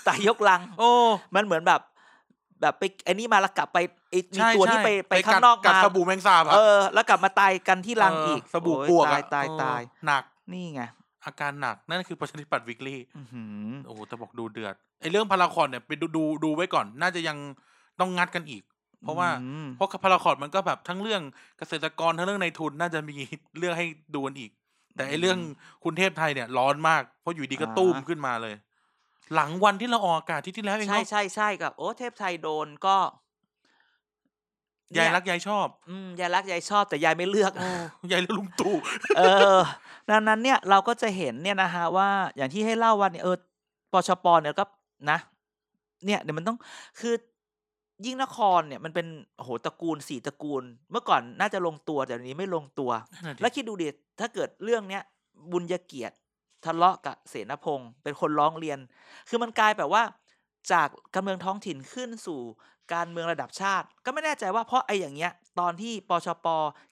Speaker 1: แต่ยกลัง
Speaker 2: โอ้
Speaker 1: มันเหมือนแบบ แบบไปไอ้นี่มาแล้วกลับไปไอ้มี
Speaker 2: ใช่
Speaker 1: ตัวที่
Speaker 2: ใช่
Speaker 1: ไปไปข้า
Speaker 2: กัด
Speaker 1: งนอก
Speaker 2: กัด
Speaker 1: มา
Speaker 2: สบู่แมงสาบะ
Speaker 1: เออ แล้วกลับมาตายกันที่รัง
Speaker 2: เ
Speaker 1: อีก
Speaker 2: สบู่
Speaker 1: โอ้ย
Speaker 2: ปลวก
Speaker 1: ตาย
Speaker 2: อะ
Speaker 1: ตาย
Speaker 2: เออ
Speaker 1: ตาย
Speaker 2: หนัก
Speaker 1: นี่ไง
Speaker 2: อาการหนักนั่นคือประชาธิปัตย์วิกฤต
Speaker 1: อื้อหือ
Speaker 2: โอ้โหแต่บอกดูเดือดไอ้เรื่องพาราคอนเนี่ยไปดูดูดูไว้ก่อน น่าจะยังต้องงัดกันอีก เพราะว่า
Speaker 1: อืม
Speaker 2: เพราะพาราคอนมันก็แบบทั้งเรื่องเกษตรกรทั้งเรื่องในทุนน่าจะมี เรื่องให้ดูกันอีก แต่ไอ้เรื่องคุณเทพไทยเนี่ยร้อนมาก เพราะอยู่ดีก็ตุ้มขึ้นมาเลย หลังวันที่เราออกอากาศที่ที่แล้วเอง
Speaker 1: ใช่
Speaker 2: เนาะ
Speaker 1: ใช่ใช่กับโอ้เทพไทยโดนก็
Speaker 2: ยายรัก
Speaker 1: เนี่ย
Speaker 2: ยายชอบ
Speaker 1: อืมยายรักยายชอบแต่ยายไม่เลือก
Speaker 2: โอ้ยายเลือกลุงตู่
Speaker 1: เออดังนั้นเนี่ยเราก็จะเห็นเนี่ยนะฮะว่าอย่างที่ให้เล่าวันเนี่ยเออปชปเนี่ยก็นะ เนี่ยเดี๋ยวมันต้องคือยิ่งนครเนี่ยมันเป็นโอ้โหตระกูลสี่ตระกูล เมื่อก่อนน่าจะลงตัวแต่เดี๋ยวนี้ไม่ลงตัว
Speaker 2: นั่นน่ะดิ
Speaker 1: แล้วคิดดูดิถ้าเกิดเรื่องเนี้ยบุญยเกียรติทะเลาะกับเสนพงศ์เป็นคนร้องเรียน คือมันกลายแบบว่า จากการเมืองท้องถิ่นขึ้นสู่การเมืองระดับชาติ ก็ไม่แน่ใจว่าเพราะไอ้อย่างเงี้ย ตอนที่ปชป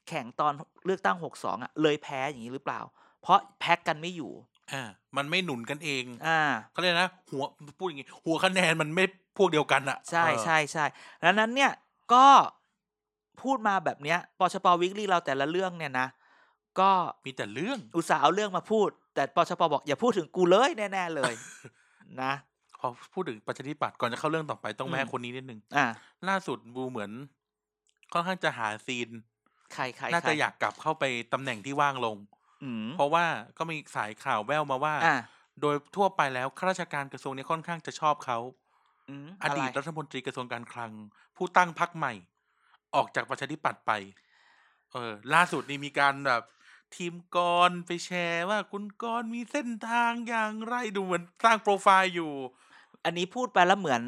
Speaker 1: แข่งตอนเลือกตั้ง 62 อ่ะ เลยแพ้อย่างนี้หรือเปล่า เพราะแพ็กกันไม่อยู่
Speaker 2: อ่ามันไม่หนุนกันเอง
Speaker 1: อ่า
Speaker 2: เขาเรียกนะหัวพูดอย่างงี้หัวคะแนนมันไม่พวกเดียวกันอะ
Speaker 1: ใช่
Speaker 2: เออ
Speaker 1: ใช่ใช่ดังนั้นเนี่ยก็พูดมาแบบเนี้ยปชปวิกฤตเราแต่ละเรื่องเนี่ยนะ ก็
Speaker 2: มีแต่เรื่อง
Speaker 1: อุตส่าห์เอาเรื่องมาพูด แต่ปชปบอกอย่าพูดถึงกูเลยแน่ๆเลย นะ
Speaker 2: พอพูดถึงประชาธิปัตย์ก่อนจะเข้าเรื่องต่อไปต้องแม่
Speaker 1: อืม
Speaker 2: คนนี้นิดนึง
Speaker 1: อ่า
Speaker 2: ล่าสุดดูเหมือน ค่อนข้างจะหาซีน
Speaker 1: ใครใคร
Speaker 2: น่า
Speaker 1: ใคร
Speaker 2: จะอยากกลับเข้าไปตำแหน่งที่ว่างลง
Speaker 1: อืม
Speaker 2: เพราะว่าก็มีสายข่าวแววมาว่า
Speaker 1: อ่า
Speaker 2: โดยทั่วไปแล้วข้าราชการกระทรวงเนี้ค่อนข้างจะชอบเขา
Speaker 1: อืม
Speaker 2: อดีต
Speaker 1: ะไร
Speaker 2: รัฐมนตรีกระทรวงการคลัง ผู้ตั้งพรรคใหม่ ออกจากประชาธิปัตย์ไป เออ ล่าสุดนี่มีการแบบ ทีมกรไปแชร์ว่าคุณกรมีเส้นทางอย่างไรดูเหมือนสร้างโปรไฟล์อยู่
Speaker 1: อันนี้พูดไปแล้วเหมือน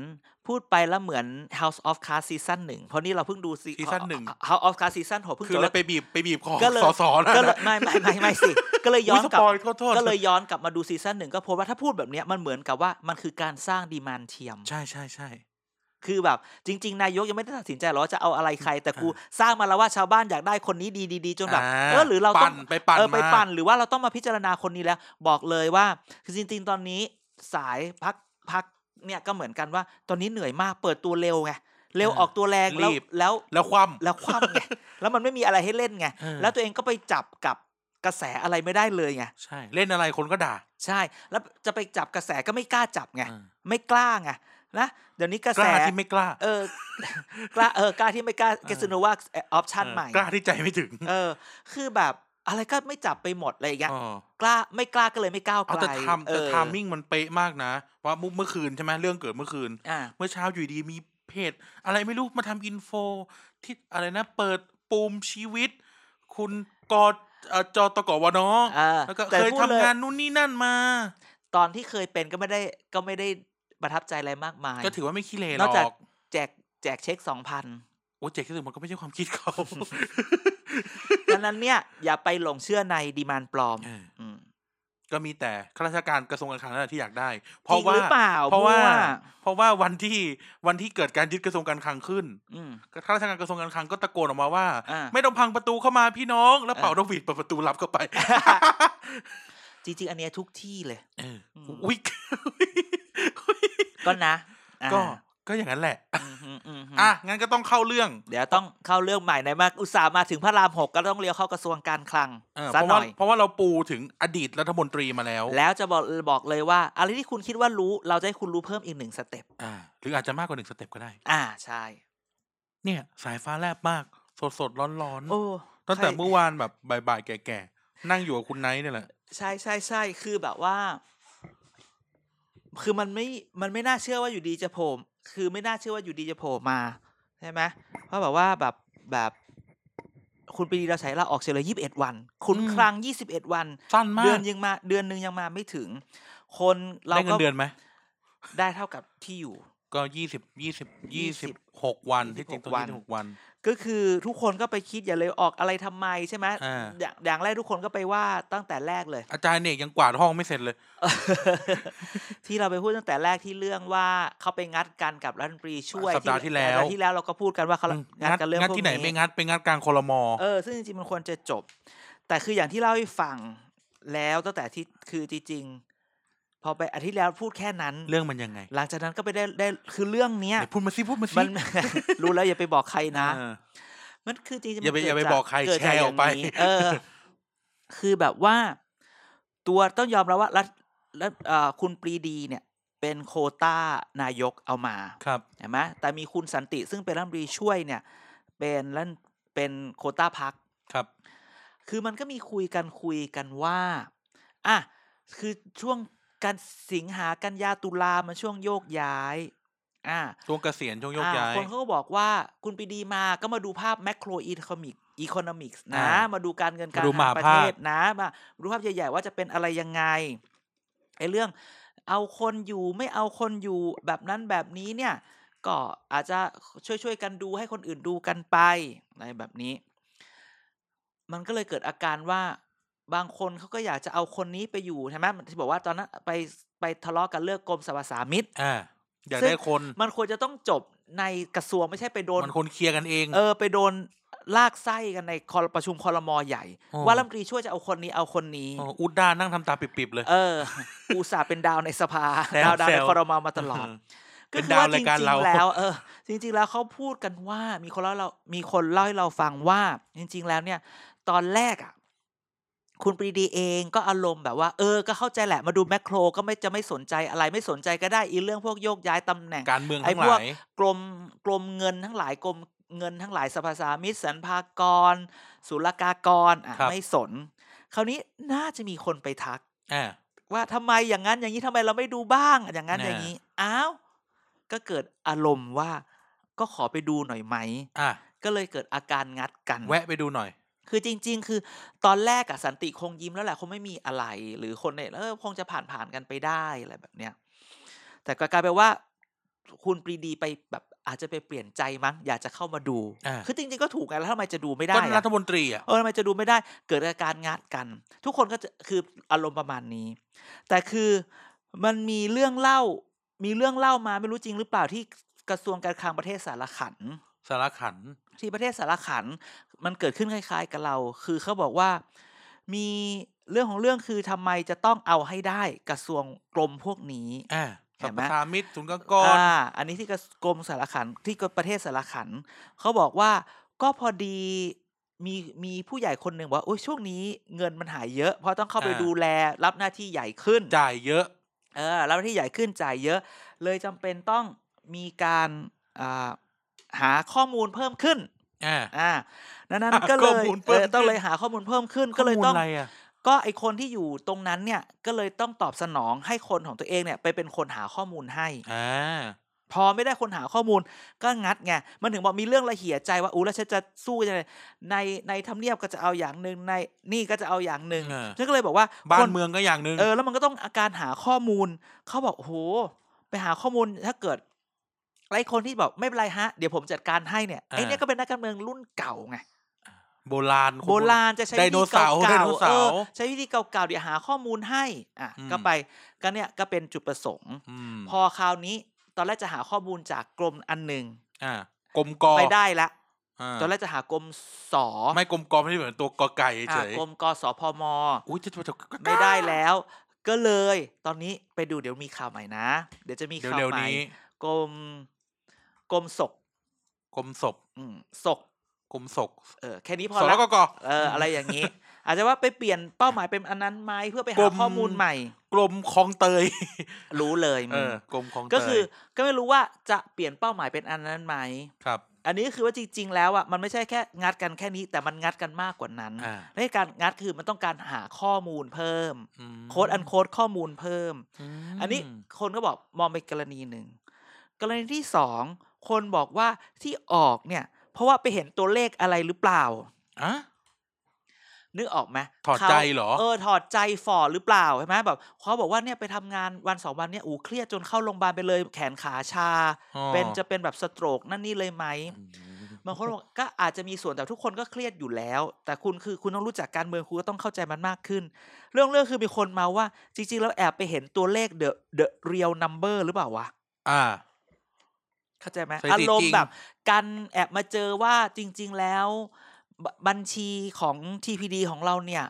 Speaker 1: พูดไปแล้วเหมือน House of Cards ซีซั่นหนึ่งเพราะนี่เราเพิ่งดู
Speaker 2: Season หนึ่ง
Speaker 1: House of Cards ซีซั่นหกเพิ่ง
Speaker 2: คือ
Speaker 1: จบ
Speaker 2: แล้ว
Speaker 1: แล้ว
Speaker 2: ไปบีบไปบีบของ
Speaker 1: ก็เลย
Speaker 2: สอสอนะ
Speaker 1: ก็เลยไม่ไม่ไม่ไม่ สิ ก็เลยย้อนกลับ
Speaker 2: อุ๊สปขอโทษ
Speaker 1: ก็เลยย้อนกลับมาดูซีซั่นหนึ่งก็พบว่าถ้าพูดแบบเนี้ยมันเหมือนกับว่ามันคือการสร้างดีมานเทียม
Speaker 2: ใช่ใช่ใช่
Speaker 1: คือแบบจริง ๆ นายกยังไม่ได้ตัดสินใจหรอกว่าจะเอาอะไรใคร แต่กูสร้างมาแล้วว่าชาวบ้านอยากได้คนนี้ดีๆจนแบบ
Speaker 2: า
Speaker 1: เออหรือเราต้
Speaker 2: ปั่
Speaker 1: อง
Speaker 2: นไปปั่น
Speaker 1: เออไป
Speaker 2: มา
Speaker 1: ปั่นหรือว่าเราต้องมาพิจารณาคนนี้แล้ว บอกเลยว่าคือจริงๆ ตอนนี้สายพักพักเนี่ยก็เหมือนกันว่า ตอนนี้เหนื่อยมากเปิดตัวเร็วไงเร็วออกตัวแรงแล้วแล้ว
Speaker 2: แล้วความ
Speaker 1: แล้วคว่ำไง แล้วมันไม่มีอะไรให้เล่นไง
Speaker 2: เออ
Speaker 1: แล้วตัวเองก็ไปจับกับกระแสอะไรไม่ได้เลยไง
Speaker 2: ใช่ เล่นอะไรคนก็ด่า
Speaker 1: ใช่ แล้วจะไปจับกระแสก็ไม่กล้าจับไง
Speaker 2: เออ
Speaker 1: ไม่กล้าไงนะเดี๋ยวนี้กระ
Speaker 2: ก
Speaker 1: แส
Speaker 2: ล้าที่ไม่กล้า
Speaker 1: เอ อกล้าเออกล้าที่ไม่กล้าเกสโนว่าออปชั่นใหม่
Speaker 2: กล้าที่ใจไม่ถึง
Speaker 1: เออ คือแบบอะไรก็ไม่จับไปหมดอะไรอย่างเงี้ย
Speaker 2: เออก
Speaker 1: ล้าไม่กล้าก็เลยไม่ก้าวไก
Speaker 2: เอา
Speaker 1: ล
Speaker 2: แต่ทำแต่
Speaker 1: เออ
Speaker 2: ทามมิ่งมันเป๊ะมากนะว่าเมื่อเมื่อคืนใช่ไหมเรื่องเกิดเมื่อคืน
Speaker 1: อ่า
Speaker 2: เมื่อเช้าอยู่ดีมีเพจ อะไรไม่รู้มาทำอินโฟ ที่อะไรนะ เปิดปูมชีวิต คุณกอเอ่อจอตกวนอ
Speaker 1: อ่า
Speaker 2: แล้วก็
Speaker 1: แต่
Speaker 2: เคย
Speaker 1: พูด
Speaker 2: ทำ
Speaker 1: เลย
Speaker 2: งานนู่นนี่นั่นมา
Speaker 1: ตอนที่เคยเป็นก็ไม่ได้ก็ไม่ได้ประทับใจอะไรมากมาย
Speaker 2: ก็ถือว่าไม่ขี้เลห
Speaker 1: น
Speaker 2: ร
Speaker 1: อกจาก
Speaker 2: อก
Speaker 1: แจกแจกเช็คสองพัน
Speaker 2: โอ้เจ๋งที่สุดมันก็ไม่ใช่ความคิดเขา
Speaker 1: ดังนั้นเนี่ย อย่าไปหลงเชื่อในดีมานปลอม
Speaker 2: เออ
Speaker 1: อืม
Speaker 2: ก็มีแต่ข้าราชการกระทรวงการคลังนั่นแหละที่อยากได้ เพ
Speaker 1: จ
Speaker 2: ราะ
Speaker 1: ง
Speaker 2: ว่า
Speaker 1: หรือเปล่า
Speaker 2: เพราะว่า
Speaker 1: มั่
Speaker 2: เพราะว่าวันที่วันที่เกิดการยึดกระทรวงการคลังขึ้น
Speaker 1: อื ม
Speaker 2: ข้าราชการกระทรวงการคลังก็ตะโกนออกมาว่า
Speaker 1: อ่า
Speaker 2: ไม่ต้องพังประตูเข้ามาพี่น้อง แล้วเป่านกหวีดเปิดประตูรับ เข้าไป
Speaker 1: จริงๆ อันเนี้ยทุกที่เลย
Speaker 2: เอออ
Speaker 1: ม
Speaker 2: อุ๊ย
Speaker 1: ก็นะอ่า
Speaker 2: ก็ก็อย่างนั้นแหละ
Speaker 1: อืมฮึอืมฮึ
Speaker 2: อ่ะงั้นก็ต้องเข้าเรื่อง
Speaker 1: เดี๋ยวต้องเข้าเรื่องใหม่ไหนมาอุตส่าห์มาถึงพระรามหกก็ต้องเลี้ยวเข้ากระทรวงการคลัง
Speaker 2: เออ
Speaker 1: ซะ
Speaker 2: เพ
Speaker 1: ห
Speaker 2: ราะว่า
Speaker 1: น่อย
Speaker 2: เพราะว่าเราปูถึงอดีตรัฐมนตรีมาแล้ว
Speaker 1: แล้วจะบอกบอกเลยว่าอะไรที่คุณคิดว่ารู้เราจะให้คุณรู้เพิ่มอีกหนึ่งสเต็ป
Speaker 2: อ่าหรืออาจจะมากกว่าหนึ่งสเต็ปก็ได้
Speaker 1: อ่าใช่
Speaker 2: เนี่ย สายฟ้าแลบมาก สดสดร้อนร้อนๆ
Speaker 1: โอ้
Speaker 2: ตั้งแต่
Speaker 1: ใคร
Speaker 2: เมื่อวานแบบบ่ายๆแก่ๆ นั่งอยู่กับคุณไนท์เนี่ยแหละ
Speaker 1: ใช่ใช่ใช่คือแบบว่า คือมันไม่มันไม่น่าเชื่อว่าอยู่ดีจะโผล่คือไม่น่าเชื่อว่าอยู่ดีจะโผล่มาใช่ไหมเพราะแบบว่าแบบแบบ คุณปรีดีเราใช้ลาออกเสียเลยยี่สิบเอ็ดวัน คุณ
Speaker 2: อืม
Speaker 1: ครั้งยี่สิบเอ็ดวัน
Speaker 2: สั้นมาก
Speaker 1: เดือนยังมาเดือนหนึ่งยังมาไม่ถึง คนเรา
Speaker 2: ได้เงิ
Speaker 1: ก็
Speaker 2: นเดือนไหม
Speaker 1: ได้เท่ากับที่อยู่
Speaker 2: ก็ยี่สิบยี่สิบยี่สิบหกวันที่จริงตัว
Speaker 1: วัน
Speaker 2: ยี่สิบหกวัน
Speaker 1: ก็คือทุกคนก็ไปคิดอย่าเลยออกอะไรทำไมใช่ไหม
Speaker 2: อ่า
Speaker 1: ย่างอย่างแรกทุกคนก็ไปว่าตั้งแต่แรกเลย
Speaker 2: อาจารย์เนี่ยยังกวาดห้องไม่เสร็จเลย
Speaker 1: ที่เราไปพูดตั้งแต่แรกที่เรื่องว่าเขาไปงัดกันกับรัฐมนตรีช่วย
Speaker 2: สัปดาห์ที่แล้ว
Speaker 1: สัปดาห์ที่แล้วเราก็พูดกันว่าเขา
Speaker 2: อืม
Speaker 1: งัดกันเรื่อง
Speaker 2: งัด
Speaker 1: พวก
Speaker 2: ที่ไหนไม่
Speaker 1: นี้
Speaker 2: งัดไปงัดกลางคอรมอ
Speaker 1: เออซึ่งจริงๆมันควรจะจบ แต่คืออย่างที่เล่าให้ฟังแล้วตั้งแต่ที่คือจริง พอไปอาทิตย์แล้วพูดแค่นั้น
Speaker 2: เรื่องมันยังไง
Speaker 1: หลังจากนั้นก็ไปได้ได้คือเรื่องเนี้ย
Speaker 2: ไหนพูดมาสิพูดมาสิ
Speaker 1: มัน รู้แล้วอย่าไปบอกใครนะ
Speaker 2: เออ
Speaker 1: มันคือจริงๆ
Speaker 2: อย่าไป
Speaker 1: มัน
Speaker 2: อย่าไป
Speaker 1: เดจ
Speaker 2: บอกใคร
Speaker 1: เดจา
Speaker 2: แชร์ออกไป
Speaker 1: ย่างนี้เออ คือแบบว่า ตัวต้องยอมรับว่ารัฐรัฐเอ่อคุณปรีดีเนี่ย เป็นโควต้านายกเอามา
Speaker 2: ครับ
Speaker 1: ใช่ไหมแต่มีคุณสันติซึ่งเป็นรัฐมนตรีช่วยเนี่ย เป็นรัฐเป็นโควต้าพัก
Speaker 2: ครับ
Speaker 1: คือมันก็มีคุยกันคุยกันว่า อ่ะ คือช่วงการสิงหากันยาตุลามันช่วงโยกย้าย อ่ะ
Speaker 2: ช่วงเกษียณช่วงโยก
Speaker 1: อ่ะ
Speaker 2: ย้าย
Speaker 1: คนเขาก็บอกว่าคุณปรีดีมาก็มาดูภาพแมกโ o รอีโคอมิกอีโคโนมิกส์นะ
Speaker 2: อ่าม
Speaker 1: มาดูการเงินการ
Speaker 2: มาดู
Speaker 1: ทางประเทศ
Speaker 2: หมาภาพ
Speaker 1: นะ มาดูภาพใหญ่ ๆ ว่าจะเป็นอะไรยังไง ไอ้เรื่องเอาคนอยู่ไม่เอาคนอยู่แบบนั้นแบบนี้เนี่ย ก็อาจจะช่วยๆกันดูให้คนอื่นดูกันไปอะไรแบบนี้ มันก็เลยเกิดอาการว่าบางคนเขาก็อยากจะเอาคนนี้ไปอยู่ใช่ไหมที่บอกว่าตอนนั้นไปไปทะเลาะกันเลือกกรมสรรพสามิต
Speaker 2: อ่าอยาก
Speaker 1: ซึ่ง
Speaker 2: ได้คน
Speaker 1: มันควรจะต้องจบในกระทรวงไม่ใช่ไปโดน
Speaker 2: มันคนเคลียร์กันเอง
Speaker 1: เออไปโดนลากไส้กันในคอรประชุมคอรมอใหญ่
Speaker 2: อ๋อ
Speaker 1: ว่ารัฐมนตรีช่วยจะเอาคนนี้เอาคนนี้
Speaker 2: โอ้อุดด้านั่งทำตาปิบๆเลย
Speaker 1: เออ อุตส่าห์เป็นดาวในส ภา
Speaker 2: แซว
Speaker 1: ดาวดาว
Speaker 2: แซ
Speaker 1: ใน
Speaker 2: ว
Speaker 1: คอรมอมาตลอ ด
Speaker 2: เป็
Speaker 1: ก็
Speaker 2: น
Speaker 1: คือ
Speaker 2: ดาว
Speaker 1: ว่าจ
Speaker 2: ราย
Speaker 1: ริง
Speaker 2: การเรา
Speaker 1: ๆแล้วเออจริงๆแล้วเขาพูดกันว่ามีคนเล่าเรามีคนเล่าให้เราฟังว่า จริง ๆ แล้วเนี่ย ตอนแรกอ่ะ คุณปรีดีเองก็อารมณ์แบบว่า เออก็เข้าใจแหละมาดูแมคโครก็ไม่จะไม่สนใจอะไรไม่สนใจก็ได้อีเรื่องพวกโยกย้ายตำแหน่ง
Speaker 2: การเมือง
Speaker 1: ไอ้
Speaker 2: ทั้งห
Speaker 1: พวก
Speaker 2: ลาย
Speaker 1: กรมกรมเงินทั้งหลายกรมเงินทั้งหลายสภาสามิตสรรพากร ศุลกากรอ่ะ
Speaker 2: ครับ
Speaker 1: ไม่สน คราวนี้น่าจะมีคนไปทัก
Speaker 2: อ่า
Speaker 1: ว่าทำไมอย่างนั้นอย่างนี้ทำไมเราไม่ดูบ้างอย่างนั้น
Speaker 2: น่ะ
Speaker 1: อย่างนี้อ้าว ก็เกิดอารมณ์ว่า ก็ขอไปดูหน่อยไหม
Speaker 2: อ่า
Speaker 1: ก็เลยเกิดอาการงัดกัน
Speaker 2: แวะไปดูหน่อย
Speaker 1: คือจริง ๆ คือตอนแรกอะสันติคงยิ้มแล้วแหละคงไม่มีอะไร หรือคนเนี่ยเออคงจะผ่านผ่านๆกันไปได้อะไรแบบเนี้ยแต่ก็กลายเป็นว่า คุณปรีดีไปแบบอาจจะไปเปลี่ยนใจมั้งอยากจะเข้ามาดู
Speaker 2: อ่า
Speaker 1: คือจริง ๆ ก็ถูกไงแล้วทำไมจะดูไม่ได้
Speaker 2: ก็
Speaker 1: อะ
Speaker 2: รัฐมนตรีอ่ะ
Speaker 1: เออทำไมจะดูไม่ได้เกิดอาการงัดกัน ทุกคนก็จะคืออารมณ์ประมาณนี้ แต่คือมันมีเรื่องเล่า มีเรื่องเล่ามาไม่รู้จริงหรือเปล่าที่กระทรวงการคลังประเทศสารขัน
Speaker 2: สารขัน
Speaker 1: ที่ประเทศสารขัน มันเกิดขึ้นคล้าย ๆ กับเรา คือเขาบอกว่ามีเรื่องของเรื่องคือทำไมจะต้องเอาให้ได้กระทรวงกรมพวกนี้
Speaker 2: อ่า
Speaker 1: เห็
Speaker 2: สั
Speaker 1: น
Speaker 2: ม
Speaker 1: ไห
Speaker 2: ป
Speaker 1: ม
Speaker 2: ทามิตรศูนย์กลางกร
Speaker 1: อ่าอันนี้ที่กระทรวงกรมสารขันที่ประเทศสารขันเขาบอกว่าก็พอดีมีมีผู้ใหญ่คนหนึ่งบอกว่าโอ้ยช่วงนี้เงินมันหายเยอะ เพราะต้องเข้าไป
Speaker 2: อ่า
Speaker 1: ดูแลรับหน้าที่ใหญ่ขึ้น
Speaker 2: จ่ายเยอะ
Speaker 1: เออรับหน้าที่ใหญ่ขึ้นจ่ายเยอะ เลยจำเป็นต้องมีการอ่าหาข้อมูลเพิ่มขึ้น
Speaker 2: อ่า
Speaker 1: อ่าดังนั้น
Speaker 2: หา
Speaker 1: ก็เล
Speaker 2: ข้อย มูลเพิ่
Speaker 1: เอ
Speaker 2: ม
Speaker 1: อต้อง
Speaker 2: ขึ้น
Speaker 1: เลยหาข้อมูลเพิ่มขึ้นก็เลยต้อง
Speaker 2: ข้มูอะไรอ่ะ
Speaker 1: ก็ไอคนที่อยู่ตรงนั้นเนี่ยก็เลยต้องตอบสนองให้คนของตัวเองเนี่ยไปเป็นคนหาข้อมูลให้
Speaker 2: อ่า
Speaker 1: พอไม่ได้คนหาข้อมูลก็งัดไงมันถึงบอกมีเรื่องละเหียใจว่าอู้แล้วฉันจะสู้ยังไงในในทำเนียบก็จะเอาอย่างหนึ่งในนี่ก็จะเอาอย่างหนึ่ง
Speaker 2: เออ
Speaker 1: ฉันก็เลยบอกว่า
Speaker 2: บ้า
Speaker 1: คน
Speaker 2: เมืองก็อย่างหนึ่ง
Speaker 1: เออแล้วมันก็ต้องอาการหาข้อมูลเขาบอกโอ้โหไปหาข้อมูลถ้าเกิดไอ้คนที่บอกไม่เป็นไรฮะ เดี๋ยวผมจัดการให้เนี่ยไอ้เนี่ยก็เป็นนักการเมืองรุ่นเก่าไง
Speaker 2: โบราณคน
Speaker 1: โบราณจะใช้
Speaker 2: ได
Speaker 1: วิ
Speaker 2: โน
Speaker 1: ธี
Speaker 2: เสา
Speaker 1: เก่าๆ
Speaker 2: ร์ไดโนเสาร์
Speaker 1: ออใช้วิธีเก่าๆเดี๋ยวหาข้อมูลให้อ่ะ
Speaker 2: อืม
Speaker 1: ก็ไปก็เนี่ยก็เป็นจุดประสงค์
Speaker 2: อืม
Speaker 1: พอคราวนี้ตอนแรกจะหาข้อมูลจากกรมอันหนึ่ง
Speaker 2: อ่ากลมกอ
Speaker 1: ไปได้ละ
Speaker 2: า
Speaker 1: ตอนแรกจะหากรมสอ
Speaker 2: ไม่กลมกอไม่ได้เหมือนตัวกอไก่เฉ
Speaker 1: อ่ะ
Speaker 2: ย
Speaker 1: กรมกสพม
Speaker 2: อุ้ยจะจะจะ
Speaker 1: ไม่ได้แล้ว ก็เลย ตอนนี้ไปดูเดี๋ยวมีข่าวใหม่นะ เดี๋ยวจะมี
Speaker 2: เดี๋ยว
Speaker 1: ข่าว
Speaker 2: เดี๋ยว
Speaker 1: ใหม่
Speaker 2: นี้
Speaker 1: กรมกรมศก
Speaker 2: กลมศพ
Speaker 1: อืมศก
Speaker 2: กลมศพ
Speaker 1: เออแค่นี้พ
Speaker 2: ส
Speaker 1: อ
Speaker 2: อ
Speaker 1: ละ
Speaker 2: กก
Speaker 1: เอออะไรอย่าง นี้ อาจจะว่าไปเปลี่ยนเป้าหมายเป็นอันนั้นไหมเพื่อไป
Speaker 2: กร
Speaker 1: หาม ข้อมูลใหม่
Speaker 2: กลมคลองเตย
Speaker 1: รู้เลย
Speaker 2: เอ
Speaker 1: มึง
Speaker 2: อกลมคลองเตย
Speaker 1: ก็คือก็ไม่รู้ว่าจะเปลี่ยนเป้าหมายเป็นอันนั้นไหม
Speaker 2: ครับ
Speaker 1: อันนี้ก็คือว่าจริง ๆ แล้วอ่ะมันไม่ใช่แค่งัดกันแค่นี้ แต่มันงัดกันมากกว่านั้น
Speaker 2: อ่า
Speaker 1: และการงัดคือมันต้องการหาข้อมูลเพิ่ม
Speaker 2: ม
Speaker 1: โค้ดอันโค้ดข้อมูลเพิ่ม
Speaker 2: ม
Speaker 1: อันนี้คนก็บอกมองไปนกรณีหนึ่ง กรณีที่สองคนบอกว่าที่ออกเนี่ย เพราะว่าไปเห็นตัวเลขอะไรหรือเปล่า
Speaker 2: อ่ะ
Speaker 1: นึกออกไหม
Speaker 2: ถอดใจเหรอ
Speaker 1: ขาเออถอดใจฝ่อหรือเปล่าใช่ไหมแบบเขาบอกว่าเนี่ยไปทำงานวันสองวันเนี่ยอูเครียดจนเข้าโรงพยาบาลไปเลย แขนขาชา
Speaker 2: อ๋อ
Speaker 1: เป็นจะเป็นแบบสโตรกนั่นนี่เลยไหม
Speaker 2: อืม
Speaker 1: บางคนบอกก็อาจจะมีส่วนแต่ทุกคนก็เครียดอยู่แล้ว แต่คุณคือคุณต้องรู้จักการเมืองคุณก็ต้องเข้าใจมันมากขึ้น เรื่องเรื่องคือมีคนมาว่า จริง ๆ แล้วแอบไปเห็นตัวเลขเดอะเดอะเรียลนัมเบอร์หรือเปล่าวะ
Speaker 2: อ่า
Speaker 1: เข้าใจไหม
Speaker 2: สถิติ
Speaker 1: อารม
Speaker 2: จริ
Speaker 1: ณ์
Speaker 2: ง
Speaker 1: แบบการแอบมาเจอว่าจริง ๆ แล้วบบัญชีของ TPD ของเราเนี่ย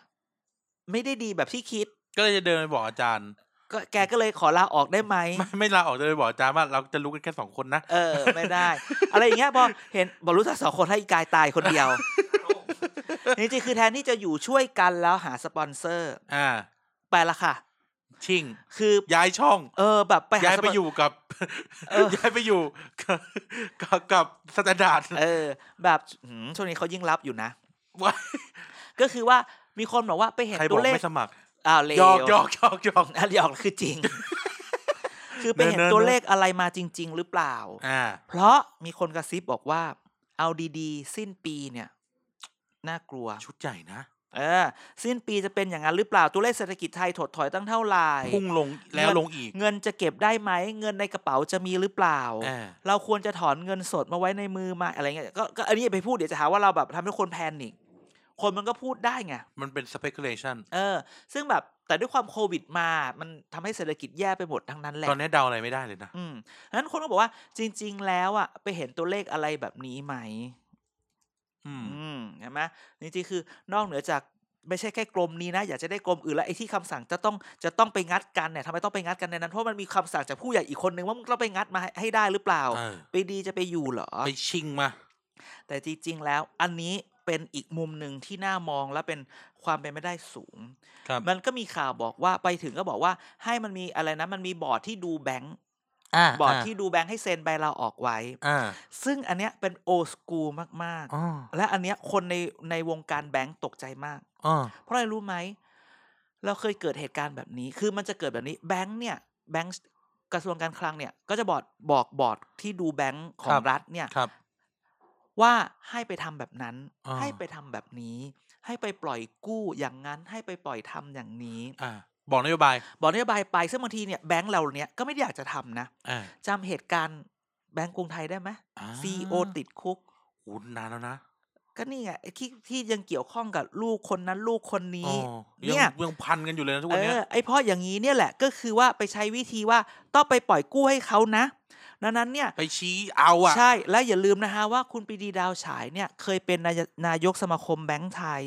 Speaker 1: ไม่ได้ดีแบบที่คิด
Speaker 2: ก็เลยจะเดินไปบอกอาจารย์
Speaker 1: ก็แกก็เลยขอลาออกได้ไหม
Speaker 2: ไม่ไม่ลาออกจะเลยบอกอาจารย์ว่าเราจะรู้กันแค่สองคนนะ
Speaker 1: เออ ไม่ได้ อะไรอย่างเงี้ยพอเห็นบอกรู้จักสองคนให้อีกายตายคนเดียวนี่จริงๆคือแทนที่จะอยู่ช่วยกันแล้วหาสปอนเซอร์
Speaker 2: อ่า
Speaker 1: ไปละค่ะ
Speaker 2: ชิ่ง
Speaker 1: คือ
Speaker 2: ย้ายช่อง
Speaker 1: เออแบบไปหา
Speaker 2: ย้าย
Speaker 1: ส
Speaker 2: ไป
Speaker 1: ปอน
Speaker 2: อยู่กับ
Speaker 1: เออ
Speaker 2: ย้ายไปอยู่กับกับกับสแตนดาร์ด
Speaker 1: เออ แบบหืมช่วงนี้เขายิ่งรับอยู่นะ
Speaker 2: ว่า
Speaker 1: ก็คือว่ามีคนบอกว่าไปเห็น
Speaker 2: ใครบ
Speaker 1: ตั
Speaker 2: อ
Speaker 1: ว
Speaker 2: ก
Speaker 1: เลข
Speaker 2: ไม่สมัคร
Speaker 1: อ้าวเลว
Speaker 2: หยอกหยอกหยอกหยอก
Speaker 1: อันหยอกคือ จริง คือไปเห็น
Speaker 2: เนอะเนอะ
Speaker 1: ตัวเลขอะไรมาจริง ๆ หรือเปล่า
Speaker 2: อ่า
Speaker 1: เพราะมีคนกระซิบบอกว่า เอาดีๆ สิ้นปีเนี่ย น่ากลัว
Speaker 2: ชุดใหญ่นะ
Speaker 1: เออ สิ้นปีจะเป็นอย่างนั้นหรือเปล่า ตัวเลขเศรษฐกิจไทยถดถอยตั้งเท่าไหร่
Speaker 2: พุ่งลงแล้ว
Speaker 1: เงิน
Speaker 2: ลงอีก
Speaker 1: เงินจะเก็บได้ไหม เงินในกระเป๋าจะมีหรือเปล่า
Speaker 2: อ่า
Speaker 1: เราควรจะถอนเงินสดมาไว้ในมือไหมาอะไรเงี้ยก็ก็อันนี้อย่าไปพูดเดี๋ยวจะหาว่าเราแบบทำให้คนแพนิคคนมันก็พูดได้ไง
Speaker 2: มันเป็น speculation
Speaker 1: เออ ซึ่งแบบแต่ด้วยความโควิดมา มันทำให้เศรษฐกิจแย่ไปหมดทั้งนั้นแหละ
Speaker 2: ตอนนี้เดาอะไรไม่ได้เลยนะ
Speaker 1: อืมนั้นคนก็บอกว่าจริง ๆ แล้วอ่ะไปเห็นตัวเลขอะไรแบบนี้ไหม
Speaker 2: อืม
Speaker 1: อืมเห็นไหมจริงๆคือนอกเหนือจากไม่ใช่แค่กรมนี้นะ อยากจะได้กรมอื่นแล้วไอ้ที่คำสั่งจะต้องจะต้องไปงัดกันเนี่ยทำไมต้องไปงัดกันในนั้น เพราะมันมีคำสั่งจากผู้ใหญ่อีกคนนึงว่ามึงต้องไปงัดมาให้ให้ได้หรือเปล่า
Speaker 2: เออ
Speaker 1: ไปดีจะไปอยู่เหรอ
Speaker 2: ไปชิงมา
Speaker 1: แต่จริงๆแล้วอันนี้เป็นอีกมุมหนึ่งที่น่ามองและเป็นความเป็นไม่ได้สูง
Speaker 2: ครับ
Speaker 1: มันก็มีข่าวบอกว่าไปถึงก็บอกว่าให้มันมีอะไรนะมันมีบอร์ดที่ดูแบงค์
Speaker 2: อ่า
Speaker 1: บอร์ดที่ดูแบงค์ให้เซ็นใบลาออกไว้
Speaker 2: อ่า
Speaker 1: ซึ่งอันเนี้ยเป็นโอสกูมาก
Speaker 2: อ๋อ
Speaker 1: ๆ และอันเนี้ยคนในในวงการแบงค์ตกใจมาก
Speaker 2: อ๋อ
Speaker 1: เพราะอะไรรู้ไหม เราเคยเกิดเหตุการณ์แบบนี้ คือมันจะเกิดแบบนี้แบงค์เนี่ยแบงค์กระทรวงการคลังเนี่ย ก็จะบอกบอกบอร์ดที่ดูแบงค์ของรัฐเนี่ย
Speaker 2: ครับ
Speaker 1: ว่าให้ไปทำแบบนั้น
Speaker 2: อ่า
Speaker 1: ให้ไปทำแบบนี้ ให้ไปปล่อยกู้อย่างนั้น ให้ไปปล่อยทำอย่างนี้
Speaker 2: อ่า บอกนโยบาย
Speaker 1: บอกนโยบายไปซึ่งบางทีเนี่ยแบงค์เราเนี่ยก็ไม่ได้อยากจะทำนะ
Speaker 2: อ่า
Speaker 1: จำเหตุการณ์แบงค์กรุงไทยได้ไหมซีโอติดคุก
Speaker 2: โอ้นานแล้วนะ
Speaker 1: ก็นี่ไงไอ้ที่ที่ยังเกี่ยวข้องกับลูกคนนั้นลูกคนนี้
Speaker 2: อ๋อ
Speaker 1: เนี่
Speaker 2: ยัง
Speaker 1: ย
Speaker 2: ยังพันกันอยู่เลยนะทุก
Speaker 1: เอ
Speaker 2: วันเนี้ย
Speaker 1: อไอ้เพราะอย่างนี้เนี่ยแหละก็คือว่าไปใช้วิธีว่าต้องไปปล่อยกู้ให้เขานะดังนั้นเนี่ย
Speaker 2: ไปชี้เอาอ่ะ
Speaker 1: ใช่และอย่าลืมนะฮะว่าคุณปรีดีดาวฉายเนี่ยเคยเป็นนายนายกสมาคมแบงก์ไทย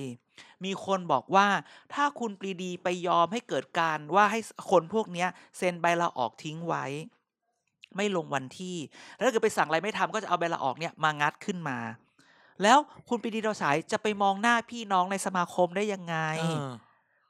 Speaker 1: มีคนบอกว่าถ้าคุณปรีดีไปยอมให้เกิดการว่าให้คนพวกเนี้ยเซ็นใบลาออกทิ้งไว้ ไม่ลงวันที่ แล้วถ้าเกิดไปสั่งอะไรไม่ทำก็จะเอาใบลาออกเนี่ยมางัดขึ้นมา แล้วคุณปรีดีดาวฉายจะไปมองหน้าพี่น้องในสมาคมได้ยังไง
Speaker 2: เออ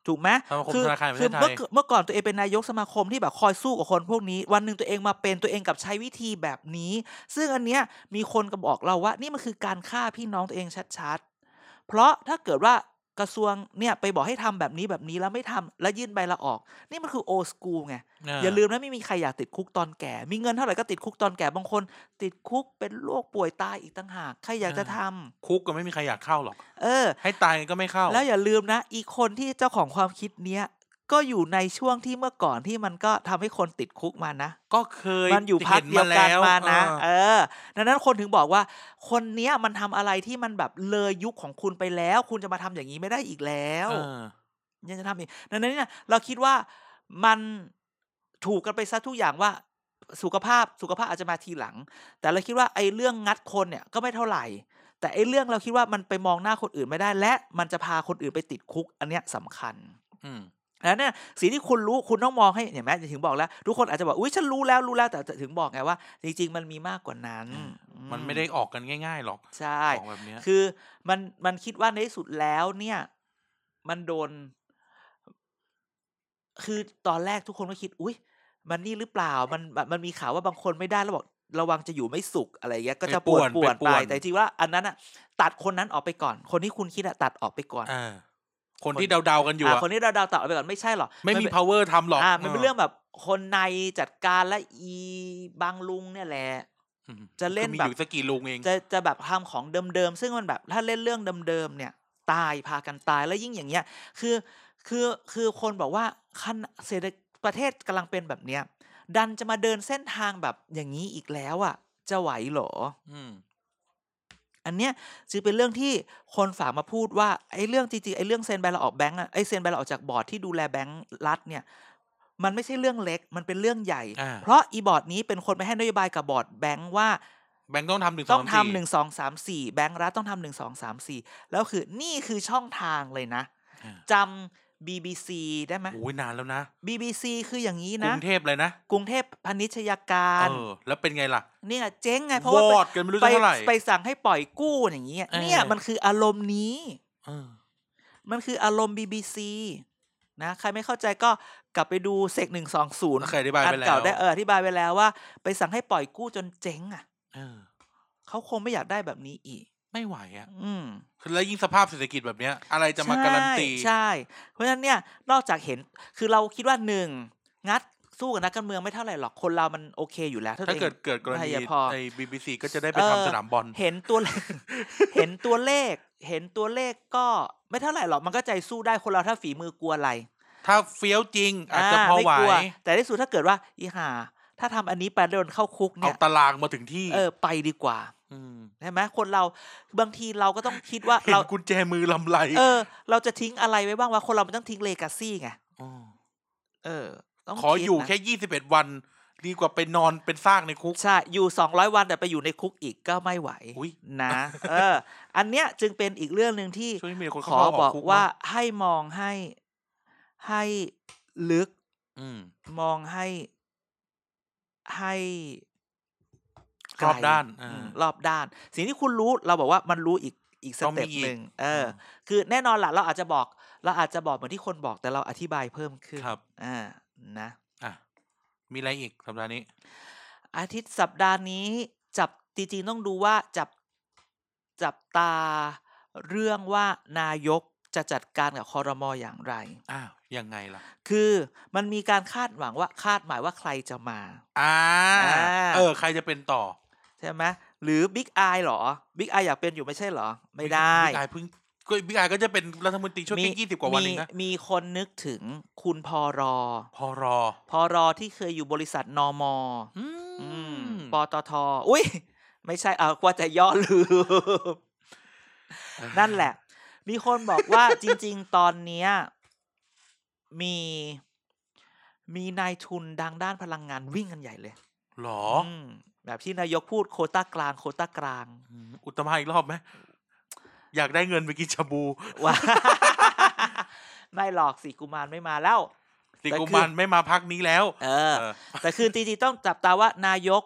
Speaker 1: ถูกไหม
Speaker 2: สมาคม
Speaker 1: อ
Speaker 2: ธนาคารแห่งประ
Speaker 1: คื
Speaker 2: เท
Speaker 1: อ
Speaker 2: ศ
Speaker 1: เมื่อ
Speaker 2: ไทย
Speaker 1: ก่อนเมื่อก่อนตัวเองเป็นนายกสมาคมที่แบบคอยสู้กับคนพวกนี้ วันหนึ่งตัวเองมาเป็นตัวเองกลับใช้วิธีแบบนี้ ซึ่งอันเนี้ยมีคนก็บอกเราว่า นี่มันคือการฆ่าพี่น้องตัวเองชัดๆ เพราะถ้าเกิดว่ากระทรวงเนี่ยไปบอกให้ทำแบบนี้แบบนี้แล้วไม่ทำแล้วยื่นใบลาออก นี่มันคือโอสกูไง
Speaker 2: เ
Speaker 1: อย่าลืมนะไม่มีใครอยากติดคุกตอนแก่ มีเงินเท่าไหร่ก็ติดคุกตอนแก่บางคน ติดคุกเป็นโรคป่วยตายอีกต่างหากใครอยากจะ
Speaker 2: เออ
Speaker 1: ทำ
Speaker 2: คุกก็ไม่มีใครอยากเข้าหรอก
Speaker 1: เออ
Speaker 2: ให้ตายก็ไม่เข้า
Speaker 1: แล้วอย่าลืมนะ อีกคนที่เจ้าของความคิดเนี้ย ก็อยู่ในช่วงที่เมื่อก่อนที่มันก็ทำให้คนติดคุกมานะ
Speaker 2: ก็เคย
Speaker 1: มันอยู่พักเดียวกัน
Speaker 2: เห็
Speaker 1: มานะ
Speaker 2: เอ
Speaker 1: เอ
Speaker 2: อ
Speaker 1: อดังนั้นคนถึงบอกว่า คนเนี้ยมันทำอะไรที่มันแบบเลยยุคของคุณไปแล้ว คุณจะมาทำอย่างนี้ไม่ได้อีกแล้ว
Speaker 2: เออ
Speaker 1: ยังจะทำอีกดังนั้นเนี่ยเราคิดว่ามันถูกกันไปซะทุกอย่างว่าสุขภาพสุขภาพอาจจะมาทีหลัง แต่เราคิดว่าไอ้เรื่องงัดคนเนี่ยก็ไม่เท่าไหร่ แต่ไอ้เรื่องเราคิดว่ามันไปมองหน้าคนอื่นไม่ได้ และมันจะพาคนอื่นไปติดคุก อันเนี้ยสำคัญ
Speaker 2: อืม
Speaker 1: แล้วเนี่ยสิ่งที่คุณรู้คุณต้องมองให้เห็นไหมถึงบอกแล้ว ทุกคนอาจจะบอกอุ้ยฉันรู้แล้วรู้แล้วแต่ถึงบอกไงว่า จริง ๆ มันมีมากกว่านั้น
Speaker 2: อื
Speaker 1: อื
Speaker 2: มันไม่ได้ออกกันง่าย ๆ หรอก
Speaker 1: ใช่
Speaker 2: ของแบบเนี้ย
Speaker 1: คือมันมันคิดว่าในที่สุดแล้วเนี่ย มันโดน คือตอนแรกทุกคนก็คิด อุ้ยมันนี่หรือเปล่า มันแบบมันมีข่าวว่าบางคนไม่ได้แล้วบอกระวังจะอยู่ไม่สุขอะไรเงี้ยก็จะปวดปวดไปแต่จริงว่าอันนั้นอ่ะ ตัดคนนั้นออกไปก่อน คนที่คุณคิดอะตัดออกไปก่อน
Speaker 2: เออคนที่เดาๆกันอยู่
Speaker 1: า
Speaker 2: อะ
Speaker 1: คนที่เราดาวตัดออกไปก่อนไม่ใช่หรอก
Speaker 2: ไม่มี
Speaker 1: นเป็น
Speaker 2: power ทำหรอก
Speaker 1: อ่ามันเป็นเรื่องแบบคนในจัดการและอีบางลุงเนี่ยแหละ
Speaker 2: อืม
Speaker 1: จะเล่น
Speaker 2: คือมี
Speaker 1: แบบ
Speaker 2: อยู่สักกี่ลุงเอง
Speaker 1: จะจะแบบทำของเดิมๆ ซึ่งมันแบบถ้าเล่นเรื่องเดิมๆเนี่ย ตายพากันตายแล้วยิ่งอย่างเงี้ย คือคือคือคนบอกว่าคันเศรษฐประเทศกำลังเป็นแบบเนี้ย ดันจะมาเดินเส้นทางแบบอย่างนี้อีกแล้วอ่ะ จะไหวเหรอ
Speaker 2: อืม
Speaker 1: อันเนี้ยจึงเป็นเรื่องที่คนฝากมาพูดว่าไอ้เรื่องจริงๆไอ้เรื่องเซ็นใบลาออกแบงก์อะไอ้เซ็นใบลาออกจากบอร์ดที่ดูแลแบงก์รัฐเนี่ย มันไม่ใช่เรื่องเล็กมันเป็นเรื่องใหญ่
Speaker 2: อ่า
Speaker 1: เพราะอีบอร์ดนี้เป็นคนไปให้นโยบายกับบอร์ดแบงก์ว่า
Speaker 2: แบงค์ต้องทำหนึ่งส
Speaker 1: ต้
Speaker 2: อ
Speaker 1: อง ง
Speaker 2: สาม
Speaker 1: ทำห
Speaker 2: สี่
Speaker 1: นึ่งสองสามสี่แบงค์รัฐต้องทำหนึ่งสองสามสี่แล้วคือนี่คือช่องทางเลยนะ
Speaker 2: อ่า
Speaker 1: จำ BBC ได้ไหม
Speaker 2: โอ้ยนานแล้วนะ
Speaker 1: BBC คืออย่างนี้
Speaker 2: ก
Speaker 1: นะ
Speaker 2: รุงเทพเลยนะ
Speaker 1: กรุงเทพพณิชยการ
Speaker 2: เออ แล้วเป็นไงล่ะ
Speaker 1: เนี่ยเจ๊งไง เพราะ
Speaker 2: ว
Speaker 1: ว่า
Speaker 2: อดกันไม่รู้
Speaker 1: ไป
Speaker 2: จะเท่าไหร่
Speaker 1: ไปสั่งให้ปล่อยกู้อย่างเงี้ย
Speaker 2: เออ
Speaker 1: เนี่ยมันคืออารมณ์นี้
Speaker 2: เออ
Speaker 1: มันคืออารมณ์ BBC นะใครไม่เข้าใจก็กลับไปดูเซกหนึ่งสองศูนย์
Speaker 2: เคยอธิบาย
Speaker 1: อั
Speaker 2: ไป
Speaker 1: น
Speaker 2: แล้ว
Speaker 1: เก่าได้เอออธิบายไปแล้วว่า ไปสั่งให้ปล่อยกู้จนเจ๊งอ่ะ
Speaker 2: เออ
Speaker 1: เขาคงไม่อยากได้แบบนี้อีก
Speaker 2: ไม่ไหวอ่ะ
Speaker 1: อืม
Speaker 2: คือแล้วยิ่งสภาพเศรษฐกิจแบบเนี้ย อะไรจะมาการันตี
Speaker 1: ใช่ใช่ เพราะฉะนั้นเนี่ยนอกจากเห็นคือเราคิดว่าหนึ่งงัดสู้กับนักการเมืองไม่เท่าไหร่หรอกคนเรามันโอเคอยู่แล้ว
Speaker 2: ถ้า
Speaker 1: ตัวอง
Speaker 2: เกิดเกิดกร
Speaker 1: ไม่
Speaker 2: ณี
Speaker 1: อย่าพอ
Speaker 2: ไอ้บีบีซีก็จะได้ไป
Speaker 1: เออ
Speaker 2: ทำสนามบอล
Speaker 1: เห็นตัวเลข เห็นตัวเลข เห็นตัวเลขก็ไม่เท่าไหร่หรอกมันก็ใจสู้ได้คนเราถ้าฝีมือกลัวอะไร
Speaker 2: ถ้าเฟี้ยวจริง อาจจะพอไหว
Speaker 1: ม่กลัแต่ที่สุดถ้าเกิดว่าอีห่าถ้าทำอันนี้ไปแล้วโดนเข้าคุก
Speaker 2: เอา
Speaker 1: เนี่ย
Speaker 2: ตารางมาถึงที่
Speaker 1: เออไปดีกว่าม ใช่ไหมคนเราบางทีเราก็ต้องคิด ว่า
Speaker 2: เห็
Speaker 1: เรา
Speaker 2: นกุญแจมือลำไหล
Speaker 1: เออ เราจะทิ้งอะไรไว้บ้างว่าคนเรามันต้องทิ้งเลกาซี่ไง
Speaker 2: ม
Speaker 1: เออ ต้อง
Speaker 2: ขอ
Speaker 1: ด
Speaker 2: อยู่
Speaker 1: นะ
Speaker 2: แค่ยี่สิบเอ็ดวัน ดีกว่าไปนอนเป็นซากในคุก
Speaker 1: ใช่ อยู่ 200 วันแต่ไปอยู่ในคุกอีกก็ไม่ไหว
Speaker 2: อุ๊ย
Speaker 1: นะ เออ อันเนี้ยจึงเป็นอีกเรื่องหนึ่งที่
Speaker 2: ช่วงนี้มีแต่คน
Speaker 1: ข
Speaker 2: เข้า
Speaker 1: อ
Speaker 2: ๆอ
Speaker 1: บอก อก
Speaker 2: คุก
Speaker 1: ว่า
Speaker 2: เนะ
Speaker 1: ให้มองให้ให้ลึก
Speaker 2: อืม
Speaker 1: มองให้ให้ไก
Speaker 2: ร
Speaker 1: ล
Speaker 2: อบด้านเอ
Speaker 1: อื
Speaker 2: อ
Speaker 1: มรอบด้าน สิ่งที่คุณรู้เราบอกว่ามันรู้อีกอีกส
Speaker 2: ต้องมี
Speaker 1: เต็ป
Speaker 2: อีก
Speaker 1: หนึ่งเอออ
Speaker 2: ม
Speaker 1: คือแน่นอนล่ะ เราอาจจะบอก เราอาจจะบอกเหมือนที่คนบอกแต่เราอธิบายเพิ่มขึ้น
Speaker 2: ครับ
Speaker 1: อ่านะ
Speaker 2: อ่ะ มีอะไรอีกสัปดาห์นี้
Speaker 1: อาทิตย์สัปดาห์นี้จับจริงๆต้องดูว่าจับจับตาเรื่องว่านายกจะจัดการกับคอรมออย่างไร
Speaker 2: อ้าวยังไงล่ะ
Speaker 1: คือมันมีการคาดหวังว่าคาดหมายว่าใครจะมา
Speaker 2: อ่า
Speaker 1: อ่า
Speaker 2: เออ ใครจะเป็นต่อ
Speaker 1: ใช่ไหมหรือบิ๊กอายหรอบิ๊กอายอยากเป็นอยู่ไม่ใช่เหรอ ไม่ได้
Speaker 2: บิ๊กอายเพิ่งก็บิ๊กอายก็จะเป็นรัฐมนตรีช่วง
Speaker 1: มี
Speaker 2: แค่ยี่สิบกว่าวันเองนะ
Speaker 1: มีมีคนนึกถึงคุณพอรอ
Speaker 2: พอรอ
Speaker 1: พอรอที่เคยอยู่บริษัทนอม
Speaker 2: อื
Speaker 1: อืม
Speaker 2: ม
Speaker 1: ปตทอุ้ยไม่ใช่เอากว่าจะย่อลืม นั่น แหละ มีคนบอกว่า จริง ๆ ตอนเนี้ยมีมีนายทุนดังด้านพลังงานวิ่งกันใหญ่เลย
Speaker 2: หรอ
Speaker 1: มแบบที่นายกพูดโควต้ากลางโควต้ากลาง
Speaker 2: อืมอุตมะอีกรอบไหมอยากได้เงินไปกินชาบู
Speaker 1: ว่า ไม่หลอกสีกุมารไม่มาแล้ว
Speaker 2: สิ
Speaker 1: แต่
Speaker 2: กุ
Speaker 1: คือ
Speaker 2: มันไม่มาพักนี้แล้ว
Speaker 1: เอ
Speaker 2: เอ
Speaker 1: อ
Speaker 2: อ
Speaker 1: แต่คือจริงๆต้องจับตาว่านายก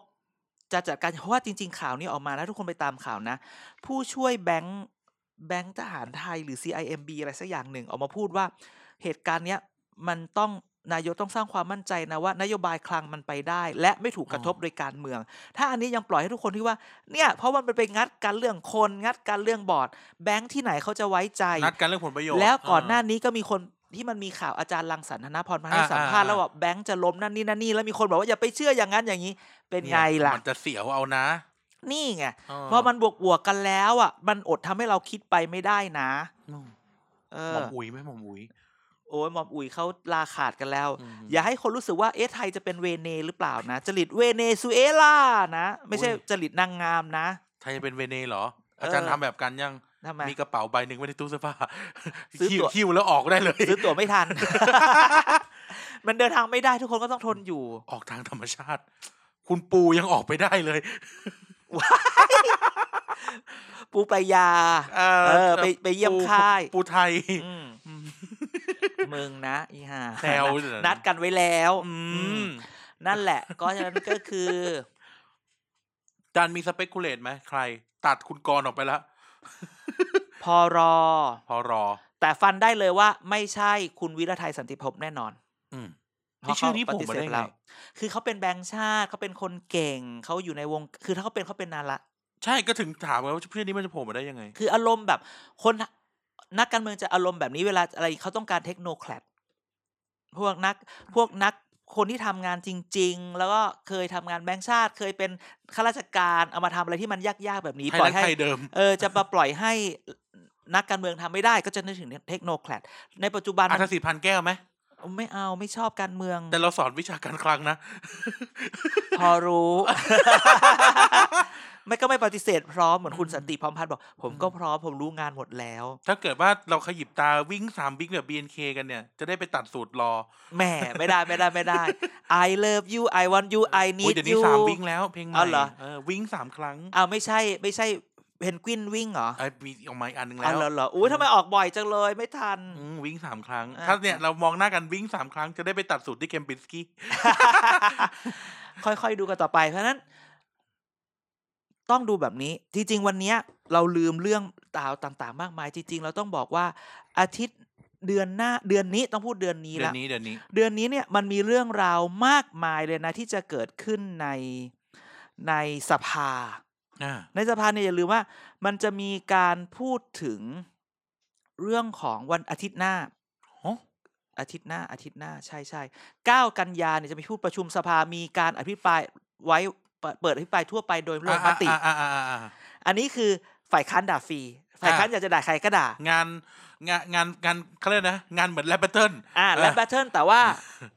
Speaker 1: จะจัดการเพราะว่าจริง ๆ ข่าวนี้ออกมาแล้วทุกคนไปตามข่าวนะ ผู้ช่วยแบงค์แบงค์ทหารไทยหรือ CIMB อะไรสักอย่างหนึ่ง ออกมาพูดว่าเหตุการณ์เนี้ยมันต้องนายกต้องสร้างความมั่นใจนะว่านโยบายคลังมันไปได้ และไม่ถูกกระทบ
Speaker 2: อ๋อ
Speaker 1: โดยการเมือง ถ้าอันนี้ยังปล่อยให้ทุกคนที่ว่าเนี่ยเพราะมันไปงัดการเรื่องคนงัดการเรื่องบอร์ดแบงค์ที่ไหนเขาจะไว้ใจ
Speaker 2: นัดกันเรื่องผลประโยชน์
Speaker 1: แล้วก่อน
Speaker 2: เห
Speaker 1: น้านี้ก็มีคนที่มันมีข่าวอาจารย์รังสรรค์ธนพรมาให้
Speaker 2: อ่า
Speaker 1: สัมภาษณ์
Speaker 2: อ่า
Speaker 1: แล้วบอกแบงค์จะล้มนั่นนี่นั่นนี่แล้วมีคนบอกว่าอย่าไปเชื่ออย่างนั้นอย่างนี้ เป็นไงล่ะ
Speaker 2: มันจะเสียวเอานะ
Speaker 1: นี่ไง
Speaker 2: เออ
Speaker 1: พอมันบวกบวกๆกันแล้วอ่ะมันอดทำให้เราคิดไปไม่ได้นะ
Speaker 2: อืม
Speaker 1: เออ
Speaker 2: หมอมอุ๋ยไหมหมอมอุ๋ย
Speaker 1: โอ้ยหมอมอุ๋ยเขาลาขาดกันแล้ว
Speaker 2: ม
Speaker 1: อย่าให้คนรู้สึกว่าเอ๊ะไทยจะเป็นเวเนหรือเปล่านะจริตเวเนซุเอลานะ ไม่ใช่
Speaker 2: อุ๊ย
Speaker 1: จริตนางงามนะ
Speaker 2: ไทยจะเป็นเวเนเหรอ อาจารย์
Speaker 1: เออ
Speaker 2: ทำแบบกันยัง
Speaker 1: ทำไม
Speaker 2: มีกระเป๋าใบหนึ่งไว้ในตู้เสื้อผ้า
Speaker 1: ซื้อตั๋ว
Speaker 2: คิวแล้วออกได้เลย
Speaker 1: ซื้อตั๋วไม่ ทัน มันเดินทางไม่ได้ทุกคนก็ต้องทนอยู่
Speaker 2: ออกทางธรรมชาติ คุณปูยังออกไปได้เลย
Speaker 1: ปูปรายา
Speaker 2: เอ
Speaker 1: เออไปไปเยี่ยม
Speaker 2: ปู
Speaker 1: ค่าย
Speaker 2: ปูไทย
Speaker 1: อืม
Speaker 2: อืม
Speaker 1: มึงนะอีห่า
Speaker 2: แซว
Speaker 1: นะ
Speaker 2: เดี๋ยวนะ
Speaker 1: นัดกันไว้แล้ว
Speaker 2: อื
Speaker 1: อื
Speaker 2: ม
Speaker 1: ม นั่นแหละ ก็ฉะนั้นก็คือ
Speaker 2: อาจารย์มีสเปกคูเลตไหมใคร ตัดคุณกรณ์ออกไปแล้ว
Speaker 1: พอรอ
Speaker 2: พอรอ
Speaker 1: แต่ฟันได้เลยว่าไม่ใช่คุณวิรไทยสันติภพแน่นอน
Speaker 2: อืม
Speaker 1: เพราะ
Speaker 2: ชื่อนี้
Speaker 1: เขาปฏิ
Speaker 2: ผมมา
Speaker 1: เสธ
Speaker 2: ได้ไง
Speaker 1: แล้วคือเขาเป็นแบงค์ชาติเขาเป็นคนเก่งเขาอยู่ในวง คือถ้าเขาเป็นเขาเป็นนานละ
Speaker 2: ใช่ก็ถึงถามไงว่าเพื่อนนี้มันจะโผล่มาได้ยังไง
Speaker 1: คืออารมณ์แบบคนนักการเมืองจะอารมณ์แบบนี้เวลาอะไรเขาต้องการเทคโนแครดพวกนักพวกนักคนที่ทำงานจริง ๆ แล้วก็เคยทำงานแบงค์ชาติ เคยเป็นข้าราชการเอามาทำอะไรที่มันยากๆแบบนี้
Speaker 2: ไทย
Speaker 1: ปล่
Speaker 2: รั
Speaker 1: อกยให้
Speaker 2: ไทยเดิม
Speaker 1: เออจะมาปล่อยให้นักการเมืองทำไม่ได้ ก็จะนึกถึงเทคโนแครดในปัจจุบัน
Speaker 2: อั
Speaker 1: มั
Speaker 2: ธสิทธิ์พันแก้วไหม
Speaker 1: นไม่เอาไม่ชอบการเมือง
Speaker 2: แต่เราสอนวิชาการคลังนะ
Speaker 1: พอรู้ ไม่ก็ไม่ปฏิเสธพร้อมเหมือนคุณสันติพร้อมพัฒน์บอก ผมก็พร้อมผมรู้งานหมดแล้ว
Speaker 2: ถ้าเกิดว่าเราขยิบตาวิ่งสามบิ๊กแบบ BNK กันเนี่ย จะได้ไปตัดสูตรรอ
Speaker 1: แหม่ไม่ได้ไม่ได้ไม่ได้ I love you I want you I
Speaker 2: อุ๊ย
Speaker 1: need
Speaker 2: เดี๋ยวนี้
Speaker 1: you
Speaker 2: สามวิ่งแล้วเพลงใหม่
Speaker 1: เอาเหรอ
Speaker 2: เออวิ่งสามครั้ง
Speaker 1: เอาไม่ใช่ไม่ใช่ เพนกวินวิ่งเหรอ
Speaker 2: ไอ้ยมีออกมาอีกอันหนึ่งแล้
Speaker 1: เอา
Speaker 2: ว
Speaker 1: เหรอเหรออุ้ยทำไมออกบ่อยจังเลยไม่ทัน
Speaker 2: อืมวิ่งสามครั้ง
Speaker 1: อ่า
Speaker 2: ถ้าเนี่ยเรามองหน้ากันวิ่งสามครั้งจะได้ไปตัดสูตรที่เกมปินสกี้
Speaker 1: ค่อยๆดูกันต่อไปเพราะฉะนั้น ต้องดูแบบนี้ จริง ๆ วันเนี้ย เราลืมเรื่องตาวต่างๆ มากมาย จริง ๆ เราต้องบอกว่า อาทิตย์เดือนหน้าเดือนนี้ต้องพูดเดือนนี้
Speaker 2: เดือ
Speaker 1: ละ
Speaker 2: นนี้เดือนนี้
Speaker 1: เดือนนี้เนี่ยมันมีเรื่องราวมากมายเลยนะ ที่จะเกิดขึ้นในในสภา
Speaker 2: อ่า
Speaker 1: ในสภาเนี่ยอย่าลืมว่ามันจะมีการพูดถึงเรื่องของวันอาทิตย์หน้า
Speaker 2: ฮะ
Speaker 1: อาทิตย์หน้าอาทิตย์หน้าใช่ใช่เก้ากันยาเนี่ยจะมีพูดประชุมสภามีการอภิปรายไว้เปิดเปิดอภิปรายทั่วไปโดยลงมติ
Speaker 2: อ่าอ่าอ่าอ่าอ่า
Speaker 1: อันนี้คือฝ่ายค้านด่าฟรีฝ่าย
Speaker 2: อ่ะ
Speaker 1: ค้านอยากจะด่าใครก็ด่า
Speaker 2: งานงานงานงานเขาเรียกนะ งานเหมือนแรปเปอร์เทิล
Speaker 1: อ่า
Speaker 2: อ่ะ
Speaker 1: แลบแบทเทิลแต่ว่า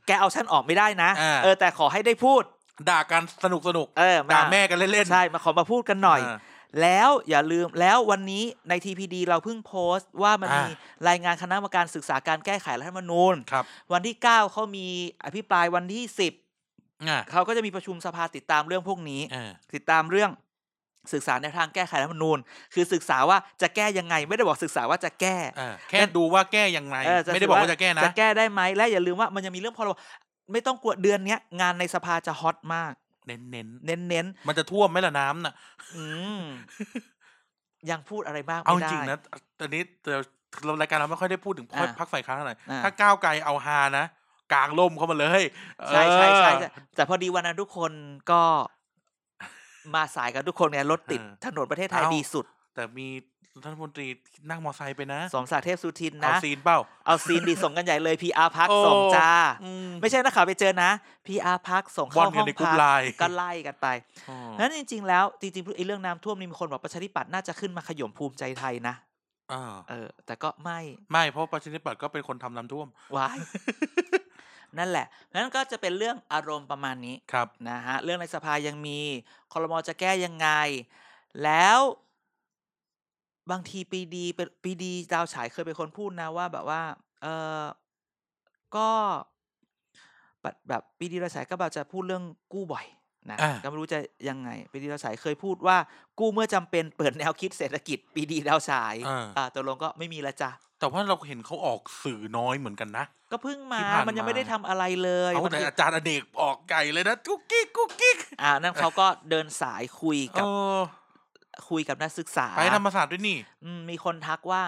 Speaker 1: แกเอาฉันออกไม่ได้นะ
Speaker 2: อ่ะ
Speaker 1: เออแต่ขอให้ได้พูด
Speaker 2: ด่ากันสนุกสนุก
Speaker 1: เออ
Speaker 2: ด่าแม่กันเล่นๆ
Speaker 1: ใช่มาขอมาพูดกันหน่อย
Speaker 2: า
Speaker 1: แล้วอย่าลืมแล้ววันนี้ใน TPD เราเพิ่งโพสต์ว่ามัน
Speaker 2: อ่ะ
Speaker 1: มีรายงานคณะกรรมการศึกษาการแก้ไขรัฐธรรมนูญ
Speaker 2: ครับ
Speaker 1: วันที่ 9เขามีอภิปรายวันที่ 10
Speaker 2: อ่า
Speaker 1: เขาก็จะมีประชุมสภาติดตามเรื่องพวกนี้
Speaker 2: เออ
Speaker 1: ติดตามเรื่องศึกษาในวทางแก้ไขรัฐธรรมนูญ คือศึกษาว่าจะแก้ยังไง ไม่ได้บอกศึกษาว่าจะแก้
Speaker 2: เออแค่ดูว่าแก้ยังไง
Speaker 1: เออ
Speaker 2: ไม่ได้บอกว่าจะแก้นะ
Speaker 1: จะแก้ได้ไหมและอย่าลืมว่ามันยังมีเรื่องพรบไม่ต้องกลัวเดือนเนี้ยงานในสภาจะฮอตมาก
Speaker 2: เน้นเน้น
Speaker 1: เน้น
Speaker 2: ๆมันจะท่วมไหมล่ะน้ำน่ะ
Speaker 1: ๆอื มยังพูดอะไรบ้าง
Speaker 2: เอา
Speaker 1: ไม่
Speaker 2: จ
Speaker 1: ได้
Speaker 2: ริงๆนะตอนนี้เราเรารายการเราไม่ค่อยได้พูดถึง
Speaker 1: อ่า
Speaker 2: พักฝ่ายค้านเท่าไหร่
Speaker 1: อ่า
Speaker 2: ถ้าก้าวไกลเอาฮานะกลางล่มเข้ามาเลย
Speaker 1: ใช่ใช่ใช่
Speaker 2: เอ
Speaker 1: ใช่
Speaker 2: อ
Speaker 1: แต่พอดีวันนั้นทุกคนก็ มาสายกันทุกคนเนี่ยรถติด
Speaker 2: เออ
Speaker 1: ถนนประเทศไทย
Speaker 2: เอ้า
Speaker 1: ดีสุด
Speaker 2: แต่มีท่านรัฐมนตรีนั่งมอไซค์ไปนะ
Speaker 1: สมศักดิ์เทพสุทิน
Speaker 2: เอา
Speaker 1: นะ
Speaker 2: ซีนเปล่า
Speaker 1: เอาซีนดีส่งกันใหญ่เลยพีอาร์พัก
Speaker 2: โอ้
Speaker 1: ส่งจ้า
Speaker 2: อืม
Speaker 1: ไม่ใช่นักข่าวไปเจอนะพีอาร์พักส่งเข้า
Speaker 2: บอลกั
Speaker 1: ห้
Speaker 2: น
Speaker 1: อง
Speaker 2: ในกรุ๊
Speaker 1: พั
Speaker 2: ป
Speaker 1: ก
Speaker 2: ไลน์
Speaker 1: ก็ไล่กันไป
Speaker 2: อ๋อ
Speaker 1: นั้นจริง ๆ แล้วจริงๆไอ้เรื่องน้ำท่วมนี่มีคนบอกประชาธิปัตย์น่าจะขึ้นมาขย่มภูมิใจไทยนะ
Speaker 2: อ่า
Speaker 1: เออ แต่ก็ไม่
Speaker 2: ไม่เพราะประชาธิปัตย์ก็เป็นคนทำน้ำท่วม
Speaker 1: วาย นั่นแหละนั้นก็จะเป็นเรื่องอารมณ์ประมาณนี้
Speaker 2: ครับ
Speaker 1: นะฮะเรื่องในสภายังมีคอรมอจะแก้ยังไง แล้วบางทีปีดีเป็นปีดีดาวฉายเคยเป็นคนพูดนะว่าแบบว่า เออก็แบบแบบปีดีดาวฉายก็แบบจะพูดเรื่องกู้บ่อยนะ
Speaker 2: อ่า
Speaker 1: ก็ไม่รู้จะยังไงปีดีดาวฉายเคยพูดว่า กู้เมื่อจำเป็นเปิดแนวคิดเศรษฐกิจ ปีดีดาวฉาย
Speaker 2: อ่า
Speaker 1: อ่าตกลงก็ไม่มีละจ้ะ
Speaker 2: แต่ว่าเราเห็นเขาออกสื่อน้อยเหมือนกันนะ
Speaker 1: ก็เพิ่งมา
Speaker 2: ที่ผ่าน
Speaker 1: มันยัง
Speaker 2: มา
Speaker 1: ไม่ได้ทำอะไรเลย
Speaker 2: เอา
Speaker 1: มัน
Speaker 2: แต่
Speaker 1: คือ
Speaker 2: อาจารย์อเนกออกไก่เลยนะกุ๊กกิ๊กกุ๊กกิ๊ก
Speaker 1: อ่านั่นเขาก็เดินสายคุย
Speaker 2: เอ
Speaker 1: กับ
Speaker 2: อ
Speaker 1: คุยกับนักศึกษา
Speaker 2: ไปธรรมศาสตร์ด้วยนี่
Speaker 1: อืมมีคนทักว่า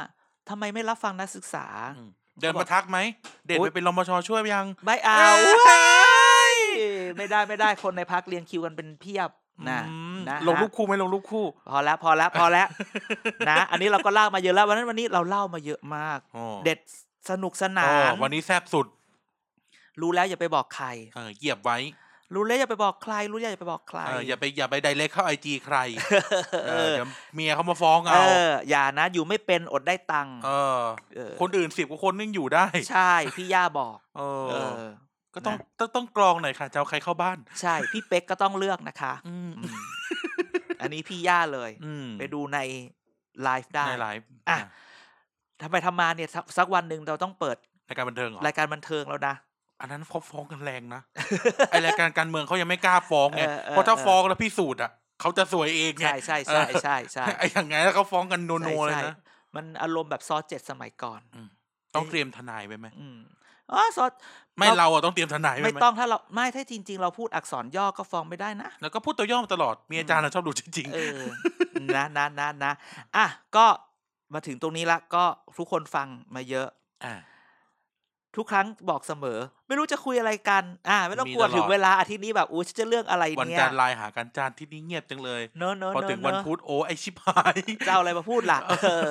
Speaker 1: ทำไมไม่รับฟังนักศึกษา
Speaker 2: อืมเดินมาทักไหมเด็ด
Speaker 1: โอ๊
Speaker 2: ไป
Speaker 1: ย
Speaker 2: เป็นรมชช่วยยัง
Speaker 1: ไม่เอา
Speaker 2: เอ้ย
Speaker 1: เว้ย ไม่ได้ไม่ได้คนในพักเรียงคิวกันเป็นเพียบนะ
Speaker 2: อืม
Speaker 1: นะฮะ
Speaker 2: ลงรูปคู่ไหมลงรูปคู่
Speaker 1: พอแล้วพอแล้วพอแล้ว นะ อันนี้เราก็เล่ามาเยอะแล้ววันนั้นวันนี้เราเล่ามาเยอะมาก
Speaker 2: อ๋อ
Speaker 1: เด็ดสนุกสนา
Speaker 2: อ๋อน วันนี้แซบสุด
Speaker 1: รู้แล้วอย่าไปบอกใคร
Speaker 2: เออเหยียบไว้
Speaker 1: รู้แล้วอย่าไปบอกใคร รู้แล้วอย่าไปบอกใคร
Speaker 2: เอออย่าไปอย่าไปไดเรกเข้าไอจี ใคร
Speaker 1: เอ
Speaker 2: เอ
Speaker 1: อ
Speaker 2: อเดี๋ยวเมียเขามาฟ้อง
Speaker 1: เอ
Speaker 2: เอา
Speaker 1: ออย่านะ อยู่ไม่เป็นอดได้ตังค์
Speaker 2: เออ
Speaker 1: เออ
Speaker 2: คนอื่นสิบกว่าคนนึงอยู่ได้
Speaker 1: ใช่พี่ย่าบอก
Speaker 2: เอ
Speaker 1: เอ
Speaker 2: อ
Speaker 1: อ
Speaker 2: ก็ต้อง
Speaker 1: นะ
Speaker 2: ต้องต้องกรองหน่อยค่ะจะเอาใครเข้าบ้าน
Speaker 1: ใช่พี่เป๊กก็ต้องเลือกนะคะ
Speaker 2: อืม
Speaker 1: อืมอันนี้พี่ย่าเลย
Speaker 2: อืม
Speaker 1: ไปดูในไลฟ์ได้
Speaker 2: ในไลฟ์
Speaker 1: อ่ะ ทำไปทำมาเนี่ยสักสักวันหนึ่งเราต้องเปิด
Speaker 2: รายการบันเทิงเหรอ
Speaker 1: รายการบันเทิงแล้วนะ
Speaker 2: อันนั้นเขาฟ้องกันแรงนะ ไอรายการการเมืองเขายังไม่กล้าฟ้องไง
Speaker 1: เออเออ
Speaker 2: เพราะถ้าฟ้องแล้วพี่สูตรอ่ะเขาจะสวยเองไง
Speaker 1: ใช่ใช่ใช่ใช่ใช่
Speaker 2: ไออย่างไงแล้วเขาฟ้องกันโน
Speaker 1: ใช่
Speaker 2: โนๆเลย
Speaker 1: ใช่
Speaker 2: นะ
Speaker 1: มันอารมณ์แบบซอสเจ็ดสมัยก่อน
Speaker 2: ต้องเตรียมทนายไปไหม
Speaker 1: อืมอ๋อซอส
Speaker 2: ไม่เราอะต้องเตรียมทนายไป
Speaker 1: ไม่
Speaker 2: ไหม
Speaker 1: ต้องถ้าเราไม่ถ้าจริง ๆ เราพูดอักษรย่อก็ฟ้องไม่ได้นะ
Speaker 2: แล้วก็พูดตัวย่อมาตลอด มีอาจารย์เราชอบดูจริง
Speaker 1: เอ อ นะนะนะนะอ่ะก็มาถึงตรงนี้ละก็ทุกคนฟังมาเยอะ
Speaker 2: ๆ อ่า
Speaker 1: ทุกครั้งบอกเสมอ ไม่รู้จะคุยอะไรกัน อ่า ไม่ต้องกลัว
Speaker 2: มีตลอด
Speaker 1: ถึงเวลาอาทิตย์นี้แบบอู้ฉันจะเรื่องอะไร
Speaker 2: วัน
Speaker 1: เนี่ย
Speaker 2: จันทร์ไลน์หากันจานที่นี่เงียบจังเลย
Speaker 1: เนอะเนอะ
Speaker 2: พอ
Speaker 1: เนอะ
Speaker 2: ถึงวัน
Speaker 1: เนอะ
Speaker 2: พุธโอ้ไอชิบหาย
Speaker 1: จะเอาอะไรมาพูดล่ะเออ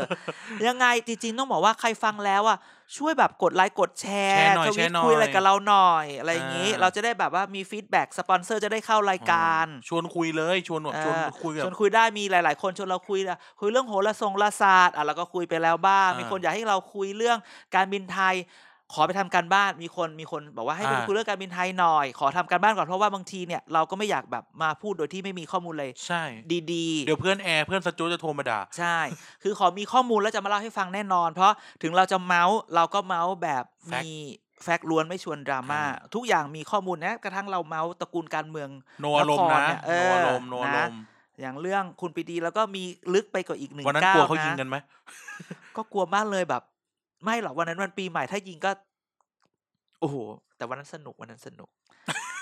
Speaker 1: ยังไงจริงๆต้องบอกว่าใครฟังแล้วอ่ะช่วยแบบกดไลค์กดแช
Speaker 2: แช
Speaker 1: ร์
Speaker 2: ร์หน่อย
Speaker 1: ท
Speaker 2: แช
Speaker 1: วิต
Speaker 2: ร์หน่อย
Speaker 1: คุยอะไรกับเราหน่อยอะไรอย่างนี้
Speaker 2: อ่า
Speaker 1: เราจะได้แบบว่ามีฟีดแบ็กสปอนเซอร์จะได้เข้ารายการ
Speaker 2: ชวนคุยเลยชวนแบบชวน
Speaker 1: เออ
Speaker 2: คุยแบ
Speaker 1: ช
Speaker 2: บ
Speaker 1: วนคุยได้มีหลาย ๆ คนชวนเราคุยนะคุยเรื่องโหราทรงราศาสตร์อ่ะเราก็คุยไปแล้วบ้าง
Speaker 2: อ่ามี
Speaker 1: มีคนอยากให้เราคุยเรื่องการบินไทย ขอไปทำการบ้านมีคนมีคนบอกว่าให้ไป
Speaker 2: อ่า
Speaker 1: คุยเรื่องการบินไทยหน่อย ขอทำการบ้านก่อนเพราะว่าบางทีเนี่ยเราก็ไม่อยากแบบมาพูดโดยที่ไม่มีข้อมูลเลย
Speaker 2: ใช่
Speaker 1: ดีๆ
Speaker 2: เดี๋ยวเพื่อนแอร์เพื่อนสจ๊วตจะโทรมาด่า
Speaker 1: ใช่ คือขอมีข้อมูลแล้วจะมาเล่าให้ฟังแน่นอน เพราะถึงเราจะเมาส์เราก็เมาส์แบบ
Speaker 2: แฟกต์
Speaker 1: มีแฟกต์ล้วนไม่ชวนดราม่า
Speaker 2: อ่า
Speaker 1: ทุกอย่างมีข้อมูลนะกระทั่งเราเมาส์ตระกูลการเมือง
Speaker 2: โนอารมณ์
Speaker 1: นคร
Speaker 2: นะ
Speaker 1: เนี่ยเอ
Speaker 2: โน
Speaker 1: อ
Speaker 2: อารมณ์โนอารมณ์
Speaker 1: อย่างเรื่องคุณปรีดีแล้วก็มีลึกไปกว่าอีกหนึ่ง
Speaker 2: วันนั้น
Speaker 1: ก้าก
Speaker 2: ลัว
Speaker 1: ว
Speaker 2: เขายิงกั
Speaker 1: นะ
Speaker 2: นไหม
Speaker 1: ก็กลัวมากเลยแบบ ไม่หรอกวันนั้นวันปีใหม่ถ้ายิงก็ โอ้โหแต่วันนั้นสนุกวันนั้นส นุก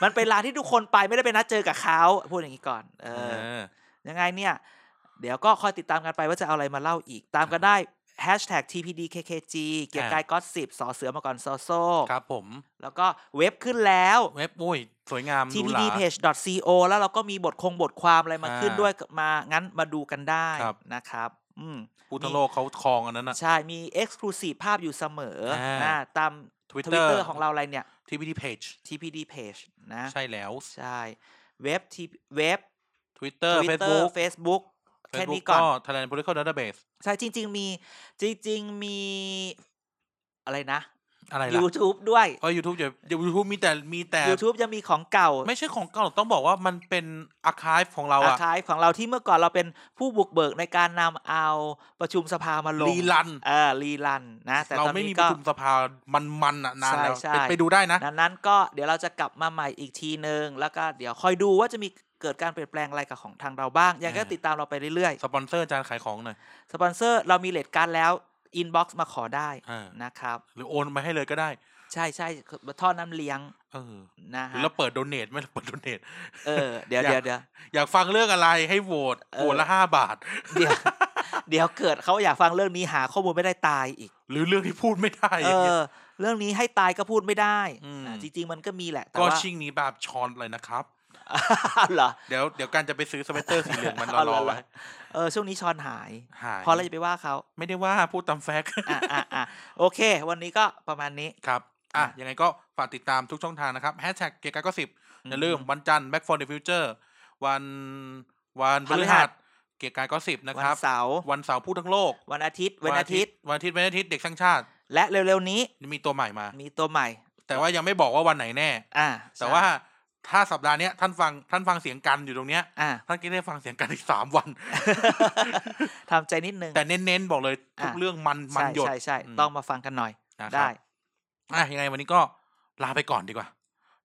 Speaker 1: มันเป็นร้านที่ทุกคนไปไม่ได้ไปนัดเจอกับเขาพูดอย่างนี้ก่อน เอ
Speaker 2: เอ
Speaker 1: อ
Speaker 2: อ
Speaker 1: ยังไงเนี่ย เดี๋ยวก็คอยติดตามกันไปว่าจะเอาอะไรมาเล่าอีก ตามกันได้ hashtag tpdkkg เกียร์กายก็สิบสอเสือมาก่อนโซโซ
Speaker 2: ครับผม
Speaker 1: แล้วก็เว็บขึ้นแล้ว
Speaker 2: เว็บอุ้ย สวยงามหรูหรา
Speaker 1: tpdpage.co แล้วเราก็มีบทคงบทความอะไรมา
Speaker 2: อ่า
Speaker 1: ขึ้นด้วยมางั้นมาดูกันได้
Speaker 2: ครับ
Speaker 1: นะครับ อืม
Speaker 2: พูทั้งโลกเขาคลองอันนั้นอะ
Speaker 1: ใช่ มี exclusive ภาพอยู่เสมอ
Speaker 2: อ่า
Speaker 1: นะตาม
Speaker 2: Twitter
Speaker 1: Twitter ของเราอะไรเนี่ย
Speaker 2: TPD Page
Speaker 1: tpd page นะ
Speaker 2: ใช่แล้ว
Speaker 1: ใช่ เว็บ T- เว็บ
Speaker 2: Twitter
Speaker 1: Twitter
Speaker 2: Facebook
Speaker 1: Facebook แค่นี้
Speaker 2: Facebook
Speaker 1: ก่อน
Speaker 2: ก็ Thailand Political Database
Speaker 1: ใช่จริง ๆ มีจริง ๆ มีอะไรนะ
Speaker 2: อะไรล่ะ
Speaker 1: YouTube ด้วย
Speaker 2: ก็ YouTube จะ YouTube มีแต่มีแต่
Speaker 1: YouTube จะมีของเก่า
Speaker 2: ไม่ใช่ของเก่าหรอกต้องบอกว่ามันเป็นอาคาฟของเรา
Speaker 1: อา
Speaker 2: อะ
Speaker 1: คายของเราที่เมื่อก่อนเราเป็นผู้บุกเบิกในการนำเอาประชุมสภามาลง
Speaker 2: รีลัน
Speaker 1: เออรีลันนะ แต่
Speaker 2: เรา
Speaker 1: ตอน
Speaker 2: ไม่มี
Speaker 1: นี้
Speaker 2: ประ
Speaker 1: ก็
Speaker 2: ชุมสภามันมันๆอะนานแล้ว
Speaker 1: ใช่ใช่
Speaker 2: ไปไปดูได้นะ
Speaker 1: ดังนั้นก็เดี๋ยวเราจะกลับมาใหม่อีกทีหนึ่งแล้วก็เดี๋ยวคอยดูว่าจะมีเกิดการเปลี่ยนแปลงอะไรกับของทางเราบ้างยังก็
Speaker 2: อ่า
Speaker 1: ติดตามเราไปเรื่อย
Speaker 2: สปอนเซอร์จานขายของหน่อย
Speaker 1: ๆ สปอนเซอร์เรามีเลทการดแล้วอินบ็อกซ์มาขอได้
Speaker 2: อ่า
Speaker 1: นะครับ
Speaker 2: หรือโอนมาให้เลยก็ได้
Speaker 1: ใช่ใช่ท่อน้ำเลี้ยง
Speaker 2: เออ
Speaker 1: นะ
Speaker 2: หรื
Speaker 1: ฮะ
Speaker 2: อเราเปิดโดเนทไหม่เปิดโดเนท
Speaker 1: เออเดี๋ยว
Speaker 2: อยาก
Speaker 1: เดี๋ยวเดี๋ยว
Speaker 2: อยากฟังเรื่องอะไรให้โหวต
Speaker 1: เออ
Speaker 2: โหวตละห้าบาท
Speaker 1: เดี๋ยว เดี๋ยวเกิดเขาอยากฟังเรื่องนี้หาข้อมูลไม่ได้ตายอีก
Speaker 2: หรือเรื่องที่พูดไม่ได้อ
Speaker 1: เอย่าง
Speaker 2: เงี้ย
Speaker 1: อ เรื่องนี้ให้ตายก็พูดไม่ได้
Speaker 2: อืม
Speaker 1: อ่าจริง ๆ มันก็มีแหละ แต่
Speaker 2: ก็
Speaker 1: ว่า
Speaker 2: ชิงหนี้บาปชอนเลยนะครับ
Speaker 1: อ้าว เหรอ
Speaker 2: เดี๋ยวเดี๋ยวการจะไปซื้อสเวตเตอร์สีเหลืองมันร
Speaker 1: เอา
Speaker 2: อ
Speaker 1: เห
Speaker 2: ร
Speaker 1: ร
Speaker 2: อ
Speaker 1: อเหร
Speaker 2: ไว้
Speaker 1: อเออช่วงนี้ชอนหาย
Speaker 2: หาย
Speaker 1: พอเราจะไปว่าเขา
Speaker 2: ไม่ได้ว่าพูดตามแฟกต์
Speaker 1: อ่ะอ่ะอ่ะโอเค วันนี้ก็ประมาณนี้
Speaker 2: ครับ อ่ะ
Speaker 1: อ่ะ
Speaker 2: ยังไงก็ฝากติดตามทุกช่องทางนะครับแฮชแท็กเกียร์กายก็สิบอย่าลืมวันจันทร์ back for the future วันวันพ
Speaker 1: พฤ
Speaker 2: ฤ
Speaker 1: หั
Speaker 2: หั
Speaker 1: ส
Speaker 2: สเกียร์กายก็สิบนะ
Speaker 1: วั
Speaker 2: คน รับ
Speaker 1: เสาร์
Speaker 2: วันเสาร์พูดทั้งโลก
Speaker 1: วันอาทิตย์วันอาทิตย์
Speaker 2: วันอาทิตย์วันอาทิตย์เด็กสร้างชาติ
Speaker 1: และเร็วๆนี้
Speaker 2: มีตัวใหม่มา
Speaker 1: มีตัวใหม่
Speaker 2: แต่ว่ายังไม่บอกว่าวันไหนแน่
Speaker 1: อ่า
Speaker 2: แต่ว่าถ้าสัปดาห์เนี้ยท่านฟังท่านฟังเสียงกันอยู่ตรงเนี้ย
Speaker 1: อ่า
Speaker 2: ท่านก็ได้ฟังเสียงกันอี กสามวัน
Speaker 1: ทำใจนิดนึง
Speaker 2: แต่เน้นๆบอกเลยทุก
Speaker 1: อ่ะ
Speaker 2: เรื่องมันมัน
Speaker 1: ใช่
Speaker 2: หยด
Speaker 1: ใช่ใช่
Speaker 2: ม
Speaker 1: ต้องมาฟังกันหน่อย
Speaker 2: นะครับ
Speaker 1: ได้
Speaker 2: อ่ะยังไงวันนี้ก็ลาไปก่อนดีกว่า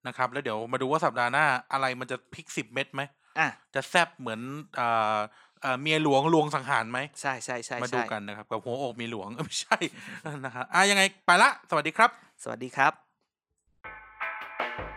Speaker 2: นะครับ แล้วเดี๋ยวมาดูว่าสัปดาห์หน้าอะไรมันจะพลิกสิบเม็ดไหม
Speaker 1: อ่ะ
Speaker 2: จะแซบเหมือนเอ่อเอ่อเมียหลวงลวงสังหารไหม
Speaker 1: ใช่ใช่ใช่
Speaker 2: มาดู
Speaker 1: ใช่
Speaker 2: กันนะครับ กับหัวอกเมียหลวงเอ้ย ไม่ใช่ นะครับอ่ะยังไงไปละ สวัสดีครับ
Speaker 1: สวัสดีครับ